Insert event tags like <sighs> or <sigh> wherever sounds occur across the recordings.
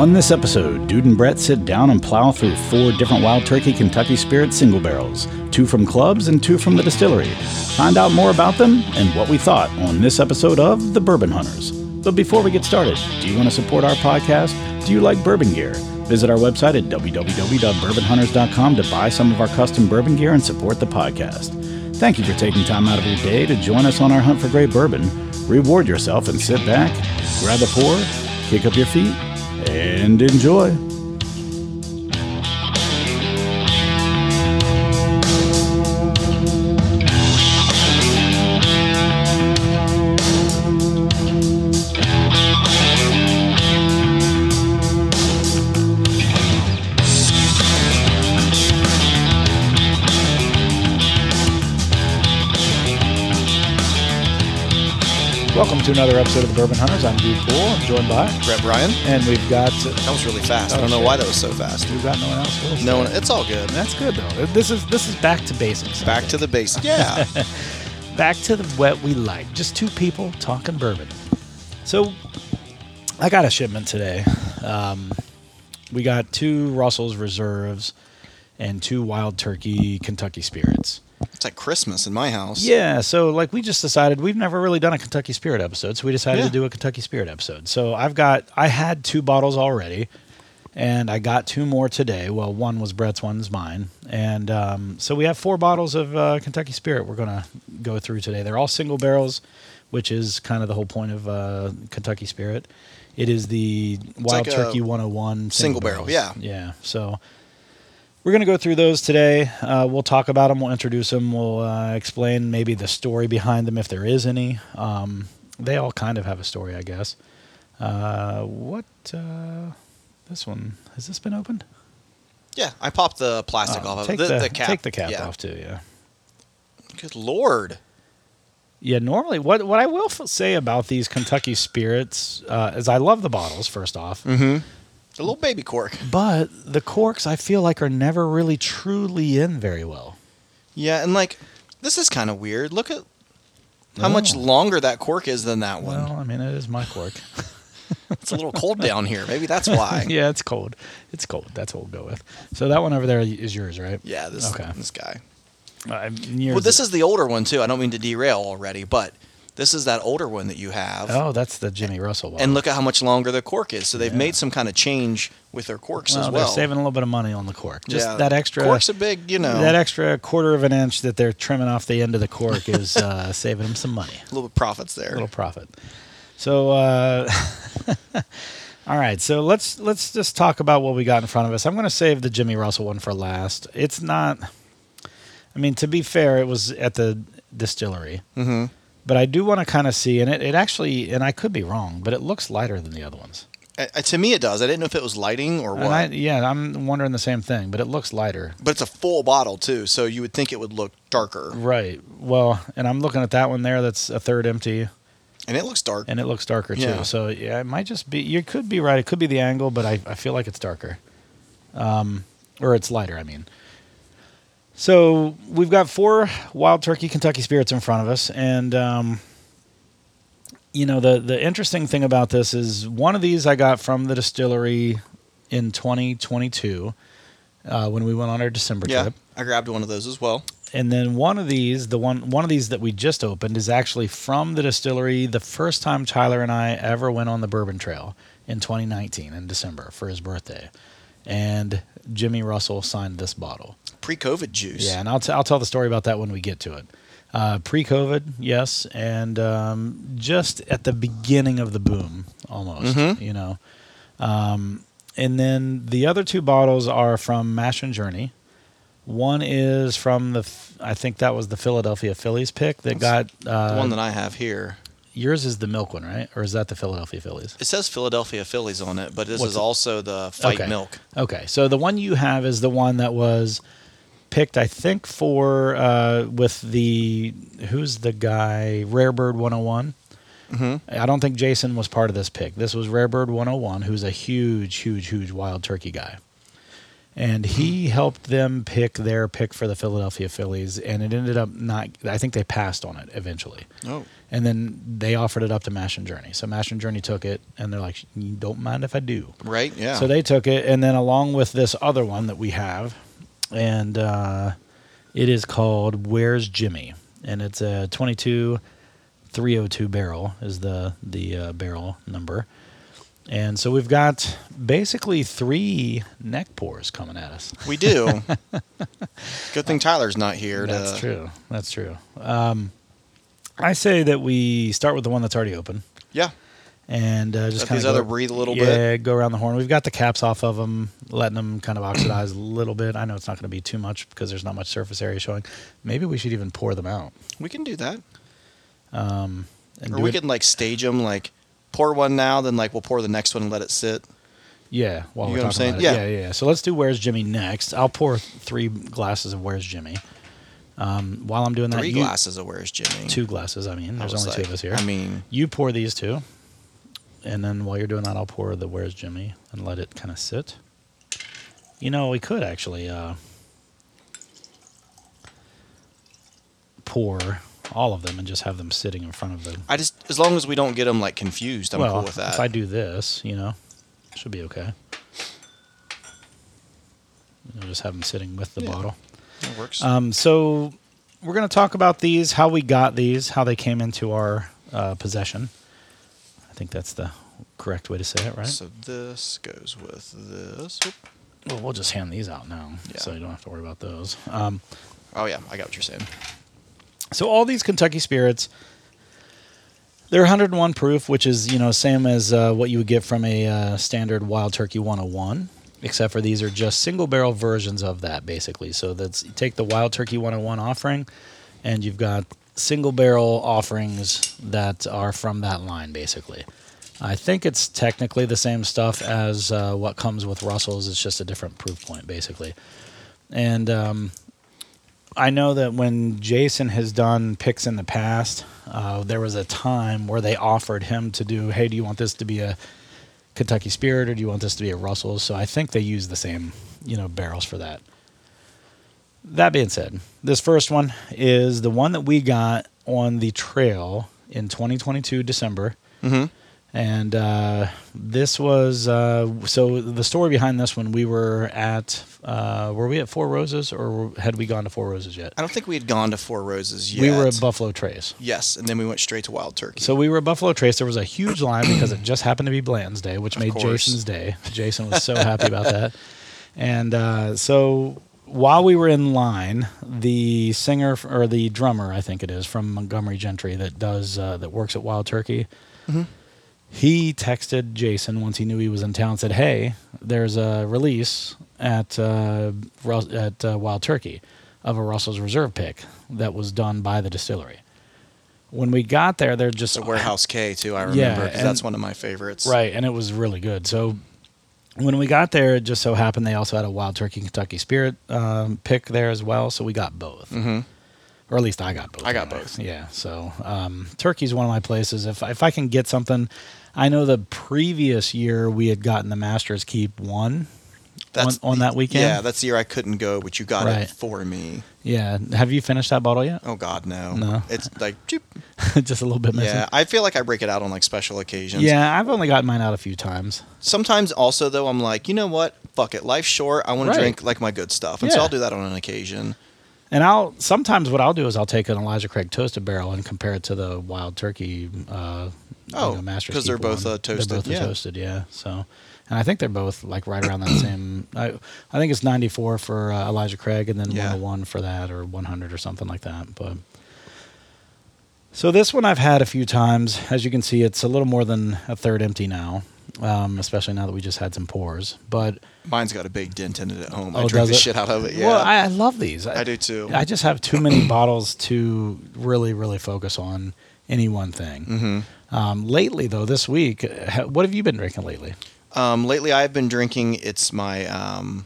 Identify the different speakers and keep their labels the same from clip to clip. Speaker 1: On this episode, Dude and Brett sit down and plow through four different Wild Turkey Kentucky Spirit single barrels, two from clubs and two from the distillery. Find out more about them and what we thought on this episode of The Bourbon Hunters. But before we get started, do you want to support our podcast? Do you like bourbon gear? Visit our website at www.bourbonhunters.com to buy some of our custom bourbon gear and support the podcast. Thank you for taking time out of your day to join us on our hunt for great bourbon. Reward yourself and sit back, grab a pour, kick up your feet, and enjoy.
Speaker 2: Welcome to another episode of the Bourbon Hunters. I'm Dude Poole. I'm joined by,
Speaker 3: Brett Bryan.
Speaker 2: and we've got
Speaker 3: That was really fast. I don't
Speaker 2: Oh,
Speaker 3: know why that was so fast.
Speaker 2: we've got no one else. With us.
Speaker 3: No, it's all good.
Speaker 2: that's good though. This is this is back to basics.
Speaker 3: Back to the basics. Yeah.
Speaker 2: back to the what we like. Just two people talking bourbon. So, I got a shipment today. Um, we got two Russell's Reserves and two Wild Turkey Kentucky Spirits.
Speaker 3: <laughs> it's like Christmas in my house.
Speaker 2: Yeah, so like we just decided we've never really done a Kentucky Spirit episode, so we decided
Speaker 3: Yeah.
Speaker 2: to do a Kentucky Spirit episode. So I've got I had two bottles already, and I got two more today. Well, one was Brett's, one's mine, and um, so we have four bottles of uh, Kentucky Spirit. We're gonna go through today. They're all single barrels, which is kind of the whole point of uh, Kentucky Spirit. It is the Wild
Speaker 3: like a
Speaker 2: Turkey 101
Speaker 3: single barrel,
Speaker 2: barrels. yeah. So we're going to go through those today. Uh, we'll talk about them. We'll introduce them. We'll uh, explain maybe the story behind them if there is any. Um, they all kind of have a story, I guess. Uh, what? Uh, this one has this been opened?
Speaker 3: Yeah. I popped the plastic
Speaker 2: Oh,
Speaker 3: off of
Speaker 2: take
Speaker 3: the, the cap.
Speaker 2: Take the cap
Speaker 3: Yeah.
Speaker 2: off too. Yeah.
Speaker 3: Good lord.
Speaker 2: Yeah. Normally, what what I will f- say about these Kentucky spirits uh, is I love the bottles first off,
Speaker 3: Mm-hmm. A little baby cork.
Speaker 2: but the corks I feel like are never really truly in very well.
Speaker 3: Yeah, and like this is kind of weird. Look at how much
Speaker 2: Oh.
Speaker 3: longer that cork is than that one.
Speaker 2: Well, I mean, it is my cork.
Speaker 3: <laughs> It's a little cold down here. Maybe that's why.
Speaker 2: <laughs> yeah, it's cold. It's cold. That's what we'll go with. So that one over there is yours, right?
Speaker 3: Yeah, this
Speaker 2: Okay.
Speaker 3: this guy.
Speaker 2: Uh,
Speaker 3: Well, this is the older one too. I don't mean to derail already, but this is that older one that you have.
Speaker 2: Oh, that's the Jimmy Russell one.
Speaker 3: And look at how much longer the cork is. So they've
Speaker 2: Yeah.
Speaker 3: made some kind of change with their corks
Speaker 2: well,
Speaker 3: as well.
Speaker 2: they're saving a little bit of money on the cork. Just
Speaker 3: Yeah,
Speaker 2: that extra
Speaker 3: Cork's a big, you know,
Speaker 2: that extra quarter of an inch that they're trimming off the end of the cork
Speaker 3: <laughs>
Speaker 2: is uh, saving them some money.
Speaker 3: little profits there.
Speaker 2: little profit. So, uh, <laughs> all right. So let's let's just talk about what we got in front of us. I'm going to save the Jimmy Russell one for last. It's not. I mean, to be fair, it was at the distillery,
Speaker 3: hmm
Speaker 2: but I do want to kind of see, and it, it actually, and I could be wrong, but it looks lighter than the other ones.
Speaker 3: Uh, uh, to me, it does. I didn't know if it was lighting or what,
Speaker 2: And I, yeah, I'm wondering the same thing, but it looks lighter.
Speaker 3: but it's a full bottle too, so you would think it would look darker,
Speaker 2: Right. Well, and I'm looking at that one there. That's a third empty.
Speaker 3: and it looks dark.
Speaker 2: and it looks darker too.
Speaker 3: Yeah.
Speaker 2: So yeah, it might just be. You could be right. It could be the angle, but I, I feel like it's darker, um, or it's lighter. I mean. So we've got four wild turkey Kentucky spirits in front of us, and um, you know the the interesting thing about this is one of these I got from the distillery in 2022 uh, when we went on our December
Speaker 3: yeah,
Speaker 2: trip
Speaker 3: I grabbed one of those as well.
Speaker 2: and then one of these, the one one of these that we just opened is actually from the distillery. The first time Tyler and I ever went on the Bourbon Trail in 2019 in December for his birthday, and Jimmy Russell signed this bottle.
Speaker 3: Pre-COVID juice.
Speaker 2: Yeah, and I'll t- I'll tell the story about that when we get to it. Uh, Pre-COVID, yes, and um, just at the beginning of the boom, almost.
Speaker 3: Mhm.
Speaker 2: You know, um, and then the other two bottles are from Mash and Journey. One is from the, F- I think that was the Philadelphia Phillies pick that
Speaker 3: That's
Speaker 2: got. Uh,
Speaker 3: the one that I have here.
Speaker 2: yours is the milk one, right? Or is that the Philadelphia Phillies?
Speaker 3: It says Philadelphia Phillies on it, but this
Speaker 2: What's
Speaker 3: is
Speaker 2: it-
Speaker 3: also the Fight
Speaker 2: Okay.
Speaker 3: Milk.
Speaker 2: Okay, so the one you have is the one that was picked, I think, for uh, with the who's the guy Rare Bird 101.
Speaker 3: hmm
Speaker 2: I don't think Jason was oh part of this pick. This was Rare Bird 101, who's a huge, huge, huge wild turkey guy. and he helped them pick their pick for the Philadelphia Phillies, and it ended up not. I think they passed on it eventually,
Speaker 3: Oh.
Speaker 2: and then they offered it up to Mash and Journey. So Mash and Journey took it, and they're like, "You "Don't mind if I do."
Speaker 3: Right? Yeah.
Speaker 2: So they took it, and then along with this other one that we have, and uh, it is called "Where's Jimmy," and it's a 22 302 barrel is the the uh, barrel number, and so we've got basically three neck pours coming at us. <laughs>
Speaker 3: we do. Good thing Tyler's not here. to-
Speaker 2: That's true. That's true. Um, I say that we start with the one that's already open.
Speaker 3: Yeah.
Speaker 2: and uh, just
Speaker 3: Let
Speaker 2: kind
Speaker 3: these
Speaker 2: of
Speaker 3: other breathe a little
Speaker 2: yeah,
Speaker 3: bit.
Speaker 2: go around the horn. We've got the caps off of them, letting them kind of oxidize a little bit. I know it's not going to be too much because there's not much surface area showing. Maybe we should even pour them out.
Speaker 3: We can do that.
Speaker 2: And
Speaker 3: Or
Speaker 2: do
Speaker 3: we
Speaker 2: it-
Speaker 3: can like stage them like pour one now, then like we'll pour the next one and let it sit.
Speaker 2: yeah, while
Speaker 3: You
Speaker 2: we're
Speaker 3: know what
Speaker 2: talking
Speaker 3: I'm
Speaker 2: about
Speaker 3: saying?
Speaker 2: it. yeah, yeah, yeah. So let's do where's Jimmy next. I'll pour three glasses of where's Jimmy. Um, while I'm doing that,
Speaker 3: Three
Speaker 2: you-
Speaker 3: glasses of Where's Jimmy?
Speaker 2: two glasses. I mean,
Speaker 3: I
Speaker 2: there's
Speaker 3: was
Speaker 2: only two
Speaker 3: like,
Speaker 2: of us here.
Speaker 3: I mean-
Speaker 2: you pour these two, and then while you're doing that, I'll pour the where's Jimmy and let it kind of sit. You know, we could actually uh, pour all of them and just have them sitting in front of the.
Speaker 3: I just as long as we don't get them like confused, I'm
Speaker 2: well,
Speaker 3: cool with that.
Speaker 2: if I do this, you know, should be okay. I'll just have them sitting with the
Speaker 3: Yeah.
Speaker 2: bottle.
Speaker 3: That works.
Speaker 2: Um, so we're going to talk about these, how we got these, how they came into our uh, possession. I think that's the correct way to say it, right?
Speaker 3: So this goes with this. Oop.
Speaker 2: well, we'll just hand these out now,
Speaker 3: Yeah.
Speaker 2: so you don't have to worry about those. Um,
Speaker 3: Oh yeah, I got what you're saying.
Speaker 2: so all these Kentucky spirits, they're 101 proof, which is you know same as uh, what you would get from a uh, standard Wild Turkey 101, except for these are just single barrel versions of that basically. So that's you take the Wild Turkey 101 offering, and you've got single barrel offerings that are from that line basically. I think it's technically the same stuff as uh, what comes with Russell's. It's just a different proof point basically, and um, I know that when Jason has done picks in the past, uh, there was a time where they offered him to do, hey, do you want this to be a Kentucky Spirit or do you want this to be a Russell's? So I think they use the same, you know, barrels for that. That being said, this first one is the one that we got on the trail in 2022 December.
Speaker 3: Mm-hmm.
Speaker 2: And uh, this was uh, so the story behind this one. We were at uh, were we at Four Roses or had we gone to Four Roses yet?
Speaker 3: I don't think we had gone to Four Roses yet.
Speaker 2: We were at Buffalo Trace.
Speaker 3: Yes, and then we went straight to Wild Turkey.
Speaker 2: So we were at Buffalo Trace. There was a huge line because it just happened to be Bland's day, which made
Speaker 3: course.
Speaker 2: Jason's day. Jason was so happy about that. And uh, so while we were in line, the singer f- or the drummer, I think it is, from Montgomery Gentry that does uh, that works at Wild Turkey. He texted Jason once he knew he was in town. Said, "Hey, there's a release at uh, Rus- at uh, Wild Turkey of a Russell's Reserve pick that was done by the distillery." When we got there, they're just
Speaker 3: the Warehouse K too, I
Speaker 2: Yeah,
Speaker 3: remember, because
Speaker 2: and-
Speaker 3: that's one of my favorites.
Speaker 2: Right, and it was really good. So when we got there, it just so happened they also had a Wild Turkey Kentucky Spirit um, pick there as well. So we got both, mm-hmm. or at least I got both.
Speaker 3: I got both.
Speaker 2: Yeah. So um, Turkey's one of my places. If if I can get something, I know the previous year we had gotten the Masters Keep one.
Speaker 3: That's
Speaker 2: on- on that weekend?
Speaker 3: Yeah, that's the year I couldn't go, but you got
Speaker 2: Right.
Speaker 3: it for me.
Speaker 2: Yeah. Have you finished that bottle yet? <laughs>
Speaker 3: Oh God, no.
Speaker 2: No.
Speaker 3: It's like, choop.
Speaker 2: just a little bit missing.
Speaker 3: yeah. I feel like I break it out on like special occasions.
Speaker 2: Yeah, I've only gotten mine out a few times.
Speaker 3: Sometimes also though, I'm like, you know what? Fuck it. Life's short. I want
Speaker 2: Right.
Speaker 3: to drink like my good stuff, and so
Speaker 2: Yeah.
Speaker 3: I'll do that on an occasion.
Speaker 2: And I'll sometimes what I'll do is I'll take an Elijah Craig toasted barrel and compare it to the Wild Turkey. Uh,
Speaker 3: Oh,
Speaker 2: you know, Master's
Speaker 3: 'cause they're
Speaker 2: Keep
Speaker 3: both,
Speaker 2: one.
Speaker 3: uh, toasted,
Speaker 2: They're both
Speaker 3: yeah.
Speaker 2: toasted, yeah. So, and I think they're both like right around that same. I, I think it's 94 for uh, Elijah Craig and then
Speaker 3: Yeah.
Speaker 2: 101 for that or 100 or something like that. But so this one I've had a few times. As you can see, it's a little more than a third empty now. Um, especially now that we just had some pours, but
Speaker 3: Mine's got a big dent in it at home.
Speaker 2: Oh,
Speaker 3: I drink
Speaker 2: does
Speaker 3: the
Speaker 2: it?
Speaker 3: shit out of it. Yeah.
Speaker 2: well, I, I love these.
Speaker 3: I do, too.
Speaker 2: I just have too many bottles to really, really focus on any one thing.
Speaker 3: Mm-hmm.
Speaker 2: Um, lately, though, this week, ha- what have you been drinking lately?
Speaker 3: Um, lately, I've been drinking. It's my. Um,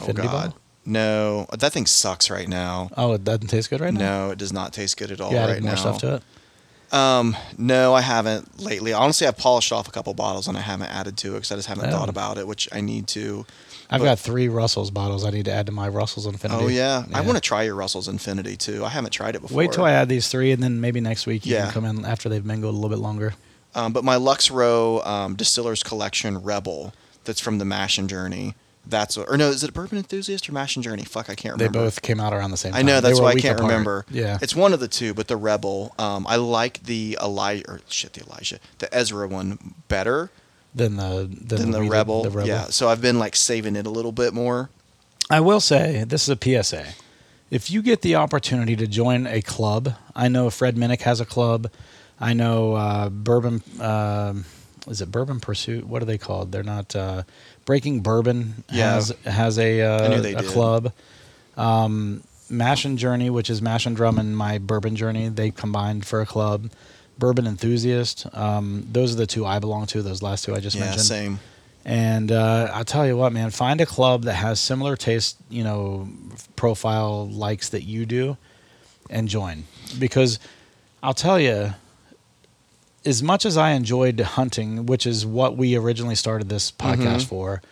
Speaker 3: oh
Speaker 2: Infinity
Speaker 3: God,
Speaker 2: Bottle?
Speaker 3: no! That thing sucks right now.
Speaker 2: Oh, it doesn't taste good right now.
Speaker 3: No, it does not taste good at all
Speaker 2: you
Speaker 3: right
Speaker 2: added more
Speaker 3: now.
Speaker 2: stuff to it.
Speaker 3: Um, no, I haven't lately. Honestly, I've polished off a couple bottles and I haven't added to it because I just haven't
Speaker 2: Oh.
Speaker 3: thought about it, which I need to.
Speaker 2: I've got three Russells bottles I need to add to my Russells Infinity.
Speaker 3: Oh yeah, I want to try your Russell's Infinity too. I haven't tried it before.
Speaker 2: Wait till I add these three, and then maybe next week you
Speaker 3: Yeah.
Speaker 2: can come in after they've mingled a little bit longer.
Speaker 3: Um, but my Lux Row um, Distillers Collection Rebel, that's from the Mash and Journey. That's what, or no, is it Bourbon Enthusiast or Mash and Journey? Fuck, I can't
Speaker 2: They
Speaker 3: remember.
Speaker 2: both came out around the same
Speaker 3: Uh-huh. I
Speaker 2: time.
Speaker 3: know
Speaker 2: They
Speaker 3: that's
Speaker 2: were a
Speaker 3: why I
Speaker 2: week
Speaker 3: can't
Speaker 2: apart.
Speaker 3: remember.
Speaker 2: Yeah.
Speaker 3: it's one of the two, but the Rebel. Um, I like the Elijah, or shit, the Elijah, the Ezra one better
Speaker 2: then the then,
Speaker 3: than
Speaker 2: the,
Speaker 3: the,
Speaker 2: weeded-
Speaker 3: Rebel.
Speaker 2: the Rebel.
Speaker 3: Yeah, so I've been like saving it a little bit more.
Speaker 2: I will say this is a PSA. If you get the opportunity to join a club, I know Fred Minnick has a club. I know uh, Bourbon. um is it Bourbon Pursuit? What are they called? They're not uh, Breaking Bourbon.
Speaker 3: Yeah.
Speaker 2: has has a
Speaker 3: I
Speaker 2: uh,
Speaker 3: knew they
Speaker 2: a
Speaker 3: did.
Speaker 2: club. Um, Mash and Journey, which is Mash and Drum and my Bourbon Journey, they combined for a club. Bourbon Enthusiast. Um, those are the two I belong to. Those last two I just
Speaker 3: Yeah,
Speaker 2: mentioned.
Speaker 3: same.
Speaker 2: And uh, I'll tell you what, man, find a club that has similar taste, you know, profile likes that you do and join. Because I'll tell you, as much as I enjoyed hunting, which is what we originally started this podcast for,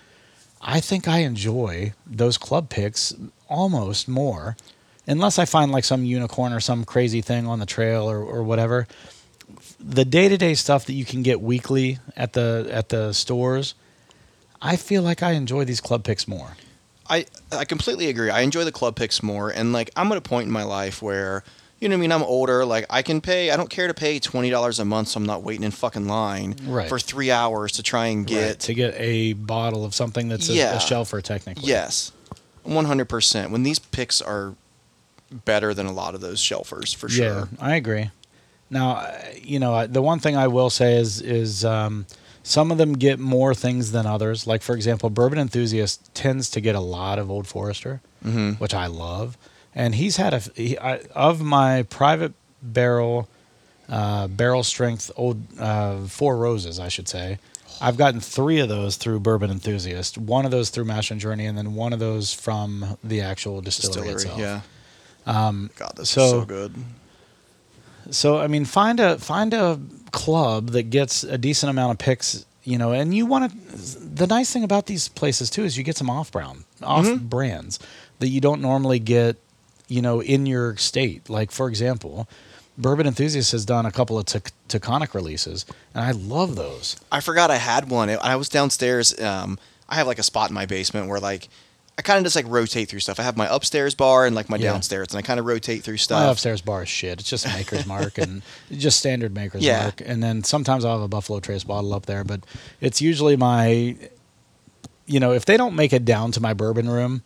Speaker 2: I think I enjoy those club picks almost more, unless I find like some unicorn or some crazy thing on the trail or, or whatever. The day to day stuff that you can get weekly at the at the stores, I feel like I enjoy these club picks more.
Speaker 3: I I completely agree. I enjoy the club picks more, and like I'm at a point in my life where you know what I mean. I'm older. Like I can pay. I don't care to pay twenty dollars a month, so I'm not waiting in fucking line
Speaker 2: Right.
Speaker 3: for three hours to try and get.
Speaker 2: to get a bottle of something that's a,
Speaker 3: Yeah.
Speaker 2: a shelfer technically.
Speaker 3: Yes, one hundred percent. When these picks are better than a lot of those shelfers for sure.
Speaker 2: Yeah, I agree. Now, I- you know, I- the one thing I will say is is um, some of them get more things than others. Like for example, Bourbon Enthusiast tends to get a lot of Old Forester,
Speaker 3: Mm-hmm.
Speaker 2: which I love, and he's had a f- he, I, of my private barrel uh, barrel strength old uh, four roses, I should say. I've gotten three of those through Bourbon Enthusiast. One of those through Mash and Journey, and then one of those from the actual distillery,
Speaker 3: Distillery,
Speaker 2: itself.
Speaker 3: yeah. Um, God, this is
Speaker 2: so-
Speaker 3: so good.
Speaker 2: So I mean, find a find a club that gets a decent amount of picks, you know, and you want to. The nice thing about these places too is you get some off brown, off brands that you don't normally get, you know, in your state. Like for example, Bourbon Enthusiast has done a couple of T- Taconic releases, and I love those.
Speaker 3: I forgot I had one. It- I was downstairs. Um, I have like a spot in my basement where like I kind of just like rotate through stuff. I have my upstairs bar and like my
Speaker 2: Yeah.
Speaker 3: downstairs, and I kind of rotate through
Speaker 2: My
Speaker 3: stuff.
Speaker 2: upstairs bar is shit. It's just Maker's Mark
Speaker 3: <laughs>
Speaker 2: and just standard Maker's
Speaker 3: Yeah.
Speaker 2: Mark. And then sometimes I'll have a Buffalo Trace bottle up there, but it's usually my, you know, if they don't make it down to my bourbon room,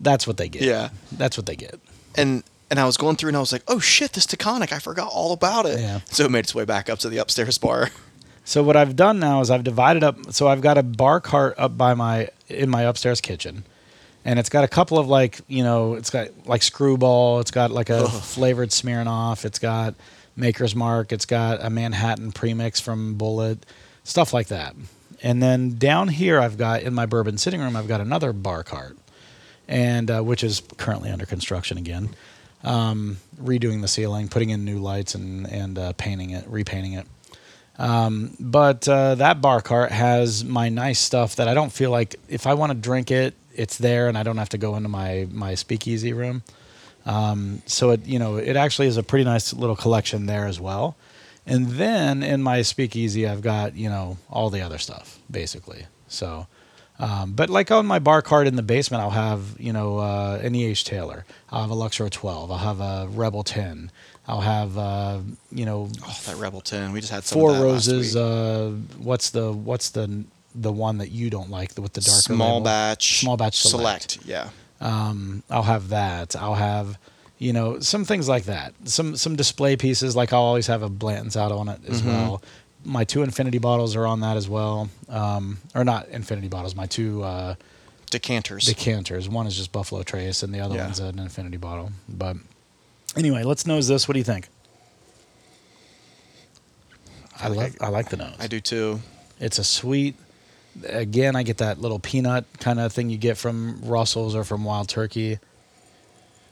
Speaker 2: that's what they get.
Speaker 3: Yeah.
Speaker 2: That's what they get.
Speaker 3: and and I was going through and I was like, oh shit, this Taconic, I forgot all about it.
Speaker 2: Yeah.
Speaker 3: So it made its way back up to the upstairs bar. <laughs>
Speaker 2: So what I've done now is I've divided up. So I've got a bar cart up by my in my upstairs kitchen, and it's got a couple of like you know it's got like screwball. It's got like a flavored Smirnoff. It's got Maker's Mark. It's got a Manhattan premix from Bullet, stuff like that. And then down here I've got in my bourbon sitting room I've got another bar cart, and uh, which is currently under construction again. Um, redoing the ceiling, putting in new lights, and and uh, painting it, repainting it but uh, that bar cart has my nice stuff that I don't feel like if I want to drink it, it's there, and I don't have to go into my my speakeasy room. Um, so it you know it actually is a pretty nice little collection there as well. And then in my speakeasy, I've got you know all the other stuff basically. So, um, but like on my bar cart in the basement, I'll have you know uh, an EH Taylor, I'll have a Luxor 12, I'll have a Rebel 10, I'll have uh, you know
Speaker 3: Oh, that Rebel Ten. We just had some
Speaker 2: Four
Speaker 3: of that last
Speaker 2: Roses.
Speaker 3: week.
Speaker 2: Uh, what's the what's the the one that you don't like with the darker
Speaker 3: small
Speaker 2: label?
Speaker 3: batch.
Speaker 2: Small batch select.
Speaker 3: Yeah.
Speaker 2: I'll have that. I'll have you know some things like that. Some some display pieces like I'll always have a Blanton's out on it as
Speaker 3: Mm-hmm.
Speaker 2: well. My two infinity bottles are on that as well. Um, or not infinity bottles. My two uh,
Speaker 3: Decanters.
Speaker 2: decanters. One is just Buffalo Trace, and the other
Speaker 3: Yeah.
Speaker 2: one's an infinity bottle. But anyway, let's nose this. What do you think? I like I like the nose.
Speaker 3: I do too.
Speaker 2: It's a sweet. Again, I get that little peanut kind of thing you get from Russell's or from Wild Turkey.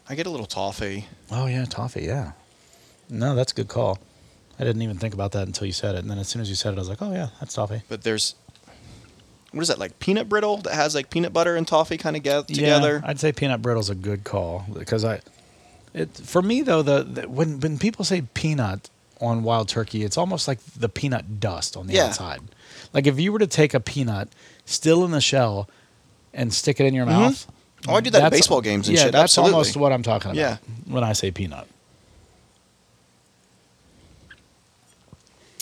Speaker 3: I get a little toffee.
Speaker 2: Oh yeah, toffee. Yeah. No, that's a good call. I didn't even think about that until you said it, and then as soon as you said it, I was like, oh yeah, that's toffee.
Speaker 3: But there's what is that like peanut brittle that has like peanut butter and toffee kind of get together?
Speaker 2: Yeah, I'd say peanut brittle's a good call because I, it for me though the, the when when people say peanut on wild turkey, it's almost like the peanut dust on the
Speaker 3: Yeah.
Speaker 2: outside. Like if you were to take a peanut still in the shell and stick it in your mouth.
Speaker 3: Oh, I do that at
Speaker 2: that's-
Speaker 3: baseball games and
Speaker 2: yeah,
Speaker 3: shit.
Speaker 2: That's
Speaker 3: Absolutely.
Speaker 2: almost what I'm talking about.
Speaker 3: Yeah.
Speaker 2: When I say peanut.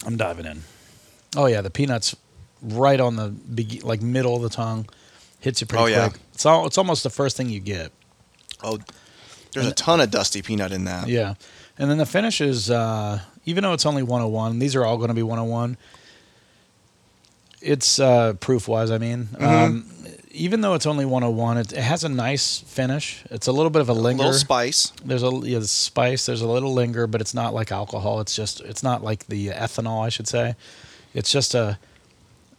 Speaker 2: I'm diving in. Oh yeah, the peanuts right on the beg- like middle of the tongue hits you pretty
Speaker 3: Oh, yeah.
Speaker 2: quick. It's all, it's almost the first thing you get.
Speaker 3: oh, there's a ton of dusty peanut in that.
Speaker 2: Yeah. And then the finish is, uh, even though it's only 101, these are all going to be 101. It's uh, proof wise, I mean.
Speaker 3: Mm-hmm.
Speaker 2: Um, even though it's only 101, it, it has a nice finish. It's a little bit of a
Speaker 3: A
Speaker 2: linger.
Speaker 3: little spice.
Speaker 2: There's a yeah, there's spice. There's a little linger, but it's not like alcohol. It's just, it's not like the ethanol, I should say. It's just a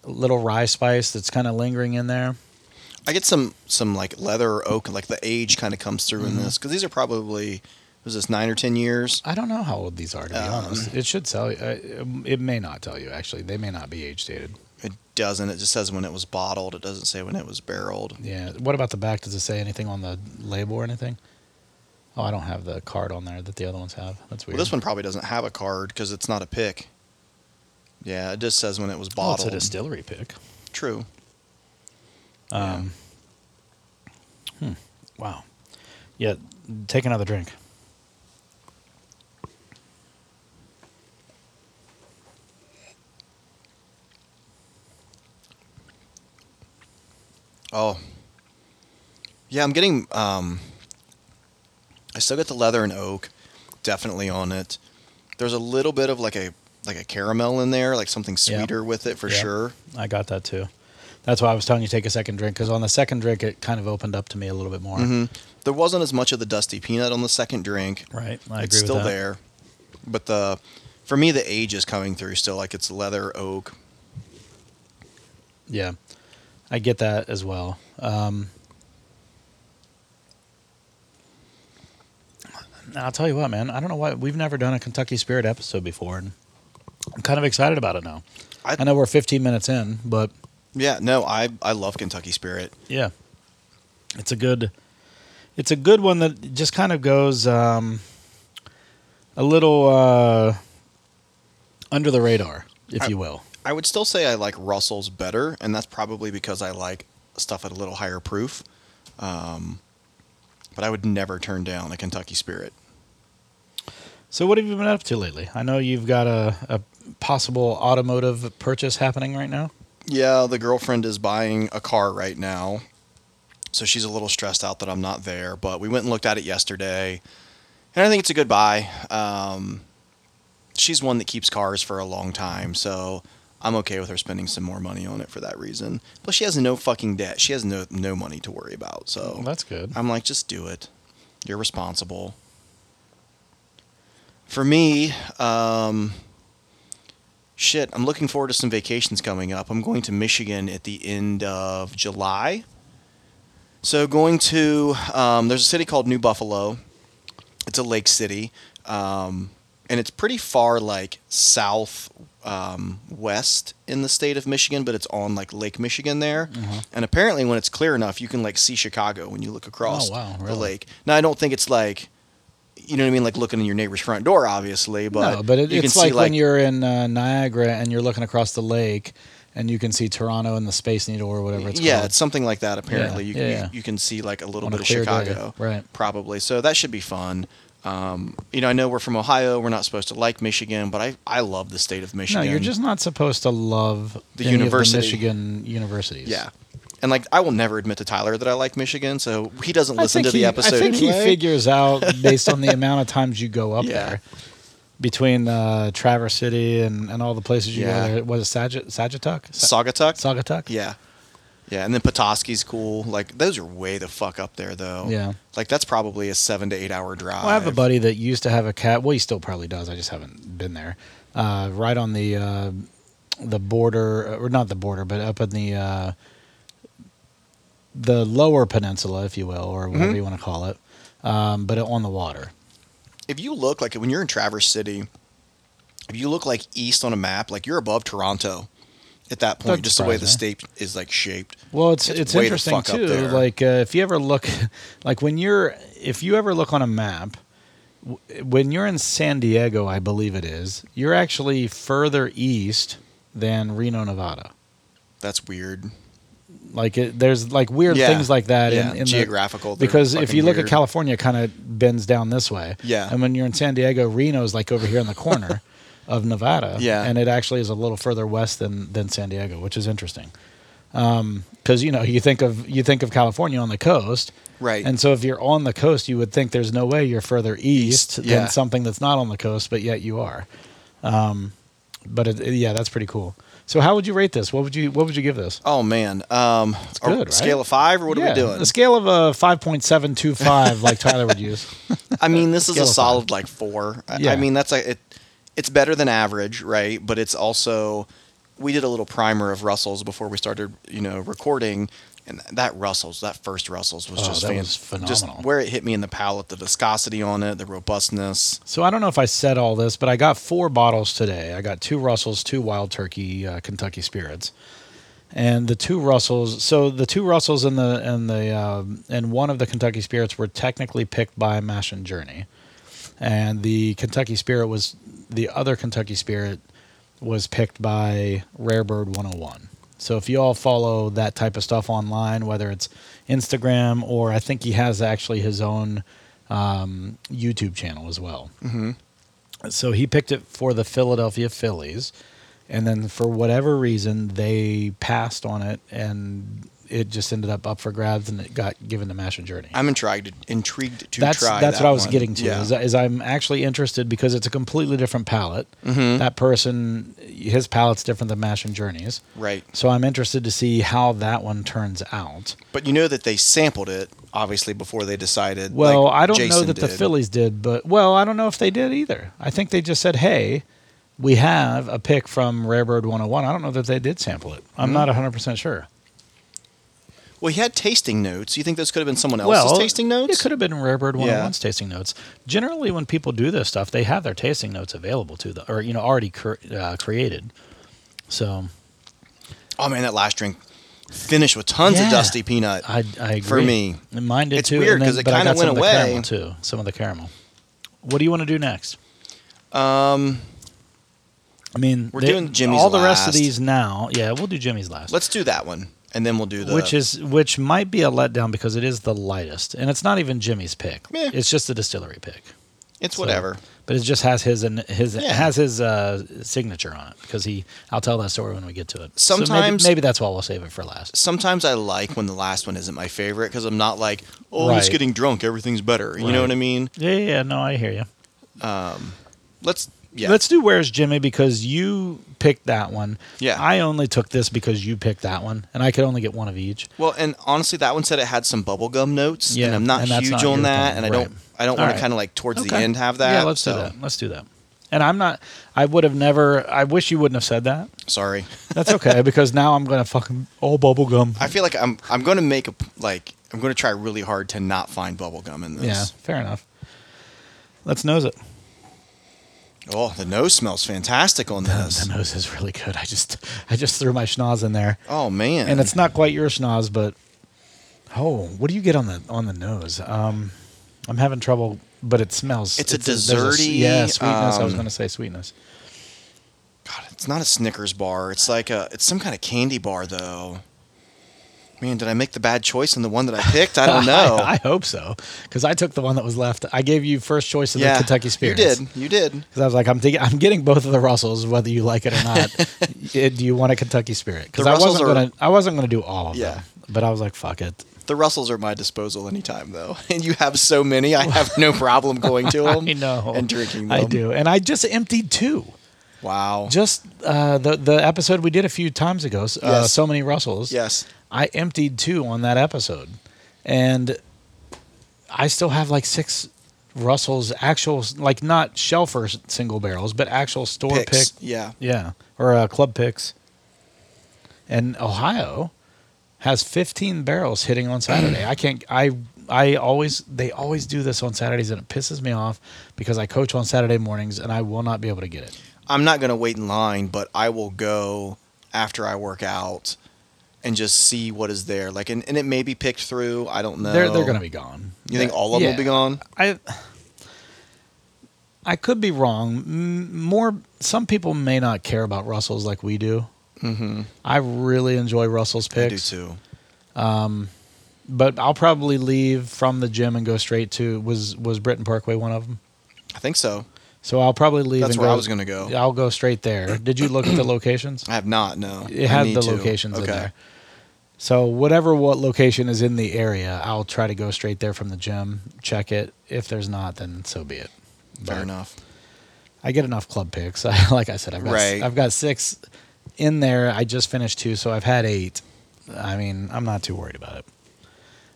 Speaker 2: little rye spice that's kind of lingering in there.
Speaker 3: I get some some like leather or oak, like the age kind of comes through
Speaker 2: Mm-hmm.
Speaker 3: in this because these are probably was this nine or ten years.
Speaker 2: I don't know how old these are, to be
Speaker 3: Um,
Speaker 2: honest. It should tell you. uh, It may not tell you, actually. They may not be age dated.
Speaker 3: It doesn't. It just says when it was bottled. It doesn't say when it was barreled.
Speaker 2: Yeah. What about the back? Does it say anything on the label or anything? Oh, I don't have the card on there that the other ones have. That's weird.
Speaker 3: Well, this one probably doesn't have a card because it's not a pick. Yeah, it just says when it was
Speaker 2: oh, it's
Speaker 3: bottled.
Speaker 2: a distillery pick.
Speaker 3: True.
Speaker 2: Um, hmm. Wow. Yeah. Take another drink.
Speaker 3: Oh. Yeah, I'm getting. Um, I still get the leather and oak, definitely on it. There's a little bit of like a like a caramel in there, like something
Speaker 2: Yeah.
Speaker 3: sweeter with it for
Speaker 2: Yeah.
Speaker 3: sure.
Speaker 2: I got that too. That's why I was telling you take a second drink because on the second drink it kind of opened up to me a little bit more.
Speaker 3: hmm There wasn't as much of the dusty peanut on the second drink.
Speaker 2: Right. I agree
Speaker 3: it's
Speaker 2: with
Speaker 3: still
Speaker 2: that.
Speaker 3: there, but the for me the age is coming through still. Like it's leather oak.
Speaker 2: Yeah, I get that as well. Um, I'll tell you what, man. I don't know why we've never done a Kentucky Spirit episode before, and I'm kind of excited about it now.
Speaker 3: I-
Speaker 2: I, know we're 15 minutes in, but
Speaker 3: Yeah, no, I I love Kentucky Spirit.
Speaker 2: yeah, it's a good, it's a good one that just kind of goes um, a little uh, under the radar, if
Speaker 3: I-
Speaker 2: you will.
Speaker 3: I would still say I like Russell's better, and that's probably because I like stuff at a little higher proof. Um, but I would never turn down a Kentucky Spirit.
Speaker 2: So, what have you been up to lately? I know you've got a, a possible automotive purchase happening right now.
Speaker 3: Yeah, the girlfriend is buying a car right now. So she's a little stressed out that I'm not there, but we went and looked at it yesterday. And I think it's a good buy. Um, she's one that keeps cars for a long time, so I'm okay with her spending some more money on it for that reason. Plus she has no fucking debt. She has no no money to worry about. So
Speaker 2: Well, that's good.
Speaker 3: I'm like, just do it. You're responsible. For me, um, shit, I'm looking forward to some vacations coming up. I'm going to Michigan at the end of July. So, going to, um, there's a city called New Buffalo. It's a lake city. Um, and it's pretty far, like, south um, west in the state of Michigan, but it's on, like, Lake Michigan there.
Speaker 2: Mm-hmm.
Speaker 3: And apparently, when it's clear enough, you can, like, see Chicago when you look across
Speaker 2: Oh, wow,
Speaker 3: the
Speaker 2: really?
Speaker 3: lake. Now, I don't think it's like, you know what I mean? Like looking in your neighbor's front door, obviously, Uh, but,
Speaker 2: no, but it,
Speaker 3: you
Speaker 2: it's
Speaker 3: can
Speaker 2: like,
Speaker 3: see
Speaker 2: when you're in uh, Niagara and you're looking across the lake and you can see Toronto and the Space Needle or whatever it's
Speaker 3: yeah,
Speaker 2: called.
Speaker 3: it's something like that. Apparently, you,
Speaker 2: yeah,
Speaker 3: you,
Speaker 2: yeah.
Speaker 3: you can see like a little
Speaker 2: On a
Speaker 3: bit of
Speaker 2: clear day,
Speaker 3: Chicago,
Speaker 2: right.
Speaker 3: Probably. So that should be fun. Um, you know, I know we're from Ohio. We're not supposed to like Michigan, but I I love the state of
Speaker 2: no,
Speaker 3: Michigan.
Speaker 2: you're just not supposed to love
Speaker 3: The
Speaker 2: any of
Speaker 3: university.
Speaker 2: Michigan universities.
Speaker 3: yeah. And like, I will never admit to Tyler that I like Michigan, so he doesn't
Speaker 2: I
Speaker 3: listen
Speaker 2: think
Speaker 3: to the
Speaker 2: he-
Speaker 3: episode.
Speaker 2: I think
Speaker 3: anyway.
Speaker 2: he figures
Speaker 3: <laughs>
Speaker 2: out based on the amount of times you go up
Speaker 3: Yeah.
Speaker 2: there between uh, Traverse City and, and all the places you
Speaker 3: Yeah.
Speaker 2: go there. Was it Sagitt- Sagituck? Sa-
Speaker 3: Saugatuck.
Speaker 2: Saugatuck?
Speaker 3: Yeah. Yeah, and then Petoskey's cool. Like those are way the fuck up there though.
Speaker 2: Yeah.
Speaker 3: Like that's probably a seven to eight hour drive.
Speaker 2: Well, I have a buddy that used to have a cat. Well, he still probably does. I just haven't been there. Uh, right on the uh, the border, or not the border, but up in the uh, the lower peninsula, if you will, or whatever
Speaker 3: Mm-hmm.
Speaker 2: you want to call it. Um, but on the water.
Speaker 3: if you look like when you're in Traverse City, if you look like east on a map, like you're above Toronto at that point,
Speaker 2: Doesn't
Speaker 3: just the way the
Speaker 2: surprise
Speaker 3: state is like shaped.
Speaker 2: Well, it's
Speaker 3: It's
Speaker 2: it's,
Speaker 3: way the
Speaker 2: interesting
Speaker 3: fuck up
Speaker 2: too.
Speaker 3: there.
Speaker 2: Like uh, if you ever look, <laughs> like when you're if you ever look on a map, w- when you're in San Diego, I believe it is, you're actually further east than Reno, Nevada.
Speaker 3: That's weird.
Speaker 2: Like it, there's like weird
Speaker 3: Yeah.
Speaker 2: things like that in,
Speaker 3: Yeah,
Speaker 2: in the-
Speaker 3: geographical. they're
Speaker 2: because if
Speaker 3: fucking
Speaker 2: you look
Speaker 3: weird.
Speaker 2: at California, it kind of bends down this way.
Speaker 3: Yeah.
Speaker 2: And when you're in San Diego, Reno's like over here in the
Speaker 3: <laughs>
Speaker 2: corner of Nevada.
Speaker 3: Yeah.
Speaker 2: And it actually is a little further west than than San Diego, which is interesting. Because you know you think of you think of California on the coast,
Speaker 3: right,
Speaker 2: and so if you're on the coast, you would think there's no way you're further east,
Speaker 3: East, yeah.
Speaker 2: than something that's not on the coast, but yet you are. Um, but it, yeah, that's pretty cool. So how would you rate this? What would you what would you give this?
Speaker 3: oh man, um, are-
Speaker 2: good, right?
Speaker 3: scale of five or what are we doing?
Speaker 2: A scale of a five point seven two five, like Tyler would
Speaker 3: <laughs>
Speaker 2: use.
Speaker 3: I mean, this is
Speaker 2: Scale of
Speaker 3: a
Speaker 2: five.
Speaker 3: solid like four. I,
Speaker 2: Yeah.
Speaker 3: I mean, that's a it, it's better than average, right? But it's also we did a little primer of Russell's before we started, you know, recording, and that Russell's, that first Russell's was
Speaker 2: Oh,
Speaker 3: just
Speaker 2: that
Speaker 3: fan-
Speaker 2: was phenomenal.
Speaker 3: Just where it hit me in the palate, the viscosity on it, the robustness.
Speaker 2: So I don't know if I said all this, but I got four bottles today. I got two Russells, two Wild Turkey uh, Kentucky Spirits, and the two Russells. So the two Russells and the and the uh, and one of the Kentucky Spirits were technically picked by Mash and Journey, and the Kentucky Spirit was the other Kentucky Spirit was picked by Rare Bird 101. So if you all follow that type of stuff online, whether it's Instagram or I think he has actually his own um, YouTube channel as well. So he picked it for the Philadelphia Phillies, and then for whatever reason they passed on it, and it just ended up up for grabs, and it got given to Mash and Journey.
Speaker 3: I'm intrigued, intrigued to
Speaker 2: that's
Speaker 3: try.
Speaker 2: that's
Speaker 3: that
Speaker 2: what I was
Speaker 3: one.
Speaker 2: getting to.
Speaker 3: Yeah.
Speaker 2: Is, is I'm actually interested because it's a completely different palette.
Speaker 3: Mm-hmm.
Speaker 2: That person, his palette's different than Mash and Journey's.
Speaker 3: right.
Speaker 2: So I'm interested to see how that one turns out.
Speaker 3: But you know that they sampled it obviously before they decided.
Speaker 2: Well,
Speaker 3: like
Speaker 2: I don't know
Speaker 3: Jason
Speaker 2: that the
Speaker 3: did.
Speaker 2: Phillies did, but well, I don't know if they did either. I think they just said, "Hey, we have a pick from Rare Bird 101." I don't know that they did sample it.
Speaker 3: Hmm.
Speaker 2: I'm not 100% sure.
Speaker 3: Well, he had tasting notes. You think those could have been someone else's
Speaker 2: well,
Speaker 3: tasting notes?
Speaker 2: It could have been Rare Bird 101's
Speaker 3: Yeah.
Speaker 2: tasting notes. Generally, when people do this stuff, they have their tasting notes available to them, or you know, already cre- uh, created. So
Speaker 3: Oh man, that last drink finished with tons
Speaker 2: Yeah.
Speaker 3: of dusty peanut.
Speaker 2: I, I agree.
Speaker 3: For me.
Speaker 2: And mine did
Speaker 3: It's
Speaker 2: too.
Speaker 3: weird
Speaker 2: and then-
Speaker 3: 'cause it
Speaker 2: but I
Speaker 3: kinda
Speaker 2: got some
Speaker 3: went
Speaker 2: of the
Speaker 3: away.
Speaker 2: Caramel too, some of the caramel. What do you want to do next?
Speaker 3: Um,
Speaker 2: I mean,
Speaker 3: We're
Speaker 2: they-
Speaker 3: doing Jimmy's
Speaker 2: all the rest of
Speaker 3: last.
Speaker 2: these now. Yeah, we'll do Jimmy's last,
Speaker 3: let's do that one, and then we'll do the
Speaker 2: which is which might be a letdown because it is the lightest, and it's not even Jimmy's pick.
Speaker 3: Meh.
Speaker 2: It's just the distillery pick,
Speaker 3: it's
Speaker 2: so-
Speaker 3: whatever.
Speaker 2: but it just has his and his it
Speaker 3: Yeah.
Speaker 2: has his uh, signature on it because he. I'll tell that story when we get to it. So maybe-
Speaker 3: Sometimes-
Speaker 2: maybe, that's why we'll save it for last.
Speaker 3: Sometimes I like when the last one isn't my favorite because I'm not like, oh, I'm just
Speaker 2: Right.
Speaker 3: getting drunk, everything's better. You know
Speaker 2: Right.
Speaker 3: what I mean?
Speaker 2: Yeah, yeah, yeah, no, I hear you.
Speaker 3: Let's yeah,
Speaker 2: Let's do Where's Jimmy because you picked that one.
Speaker 3: Yeah.
Speaker 2: I only took this because you picked that one, and I could only get one of each.
Speaker 3: Well, and honestly, that one said it had some bubblegum notes,
Speaker 2: Yeah,
Speaker 3: and I'm not
Speaker 2: and that's
Speaker 3: huge
Speaker 2: not
Speaker 3: on
Speaker 2: your
Speaker 3: that,
Speaker 2: thing,
Speaker 3: and I
Speaker 2: right.
Speaker 3: don't, I don't
Speaker 2: All
Speaker 3: want
Speaker 2: right.
Speaker 3: to kind of like towards the
Speaker 2: Okay.
Speaker 3: end have that.
Speaker 2: Yeah, let's
Speaker 3: so,
Speaker 2: do that. Let's do that. And I'm not. I would have never. I wish you wouldn't have said that.
Speaker 3: Sorry,
Speaker 2: That's
Speaker 3: <laughs>
Speaker 2: okay because now I'm gonna fucking all bubble gum.
Speaker 3: I feel like I'm, I'm going to make a like, I'm going to try really hard to not find bubblegum in
Speaker 2: yeah,
Speaker 3: this.
Speaker 2: fair enough. Let's nose it.
Speaker 3: Oh, the nose smells fantastic on this.
Speaker 2: The nose is really good. I just I just threw my schnoz in there,
Speaker 3: Oh man,
Speaker 2: and it's not quite your schnoz, but oh, what do you get on the on the nose? Um, I'm having trouble, but it smells.
Speaker 3: It's a
Speaker 2: there's
Speaker 3: desserty,
Speaker 2: yeah, sweetness. I was
Speaker 3: um,
Speaker 2: gonna say
Speaker 3: <laughs>
Speaker 2: sweetness.
Speaker 3: God, it's not a Snickers bar. It's like a it's some kind of candy bar though. Man, did I make the bad choice in the one that I picked?
Speaker 2: <laughs>
Speaker 3: I don't know.
Speaker 2: I, hope so, because I took the one that was left. I gave you first choice of the Kentucky Spirits.
Speaker 3: You did. You did.
Speaker 2: Because I was like, I'm thinking, I'm getting both of the Russells, whether you like it or not.
Speaker 3: <laughs>
Speaker 2: Y- do you want a Kentucky Spirit? Because
Speaker 3: The
Speaker 2: I wasn't
Speaker 3: Russells are-
Speaker 2: gonna, I wasn't gonna do all of
Speaker 3: Yeah.
Speaker 2: them. But I was like, fuck it.
Speaker 3: The Russells are at my disposal anytime though. <laughs> And you have so many, I have no problem going
Speaker 2: <laughs>
Speaker 3: to them
Speaker 2: I know.
Speaker 3: and drinking them.
Speaker 2: I do, and I just emptied two.
Speaker 3: Wow.
Speaker 2: Just uh, the the episode we did a few times ago. s- Uh,
Speaker 3: Yes.
Speaker 2: So many Russells.
Speaker 3: yes.
Speaker 2: I emptied two on that episode, and I still have like six Russells actual, like not shelfer s- single barrels, but actual store
Speaker 3: Picks.
Speaker 2: pick
Speaker 3: Yeah.
Speaker 2: Yeah, or uh, club picks. And Ohio has 15 barrels hitting on Saturday. I can't. I I always they always do this on Saturdays, and it pisses me off because I coach on Saturday mornings, and I will not be able to get it.
Speaker 3: I'm not going to wait in line, but I will go after I work out and just see what is there. Like, and, and it may be picked through. I don't know.
Speaker 2: They're they're gonna be gone.
Speaker 3: You think all of them will be gone?
Speaker 2: I I could be wrong. M- More some people may not care about Russell's like we do.
Speaker 3: Mm-hmm.
Speaker 2: I really enjoy Russell's
Speaker 3: I do
Speaker 2: picks,
Speaker 3: too.
Speaker 2: but I'll probably leave from the gym and go straight to was was Britain Parkway one of them.
Speaker 3: I think so.
Speaker 2: So I'll probably leave.
Speaker 3: That's
Speaker 2: and
Speaker 3: where
Speaker 2: go,
Speaker 3: I was going to go.
Speaker 2: I'll go straight there. Did you look at the locations?
Speaker 3: <clears throat> I have not. No, I
Speaker 2: It had
Speaker 3: need
Speaker 2: the
Speaker 3: to.
Speaker 2: locations
Speaker 3: Okay.
Speaker 2: in there. So whatever what location is in the area, I'll try to go straight there from the gym, check it. If there's not, then so be it.
Speaker 3: Fair
Speaker 2: But
Speaker 3: enough.
Speaker 2: I get enough club picks. <laughs> like I said, I've got,
Speaker 3: Right.
Speaker 2: I've got six in there. I just finished two, so I've had eight. I mean, I'm not too worried about it.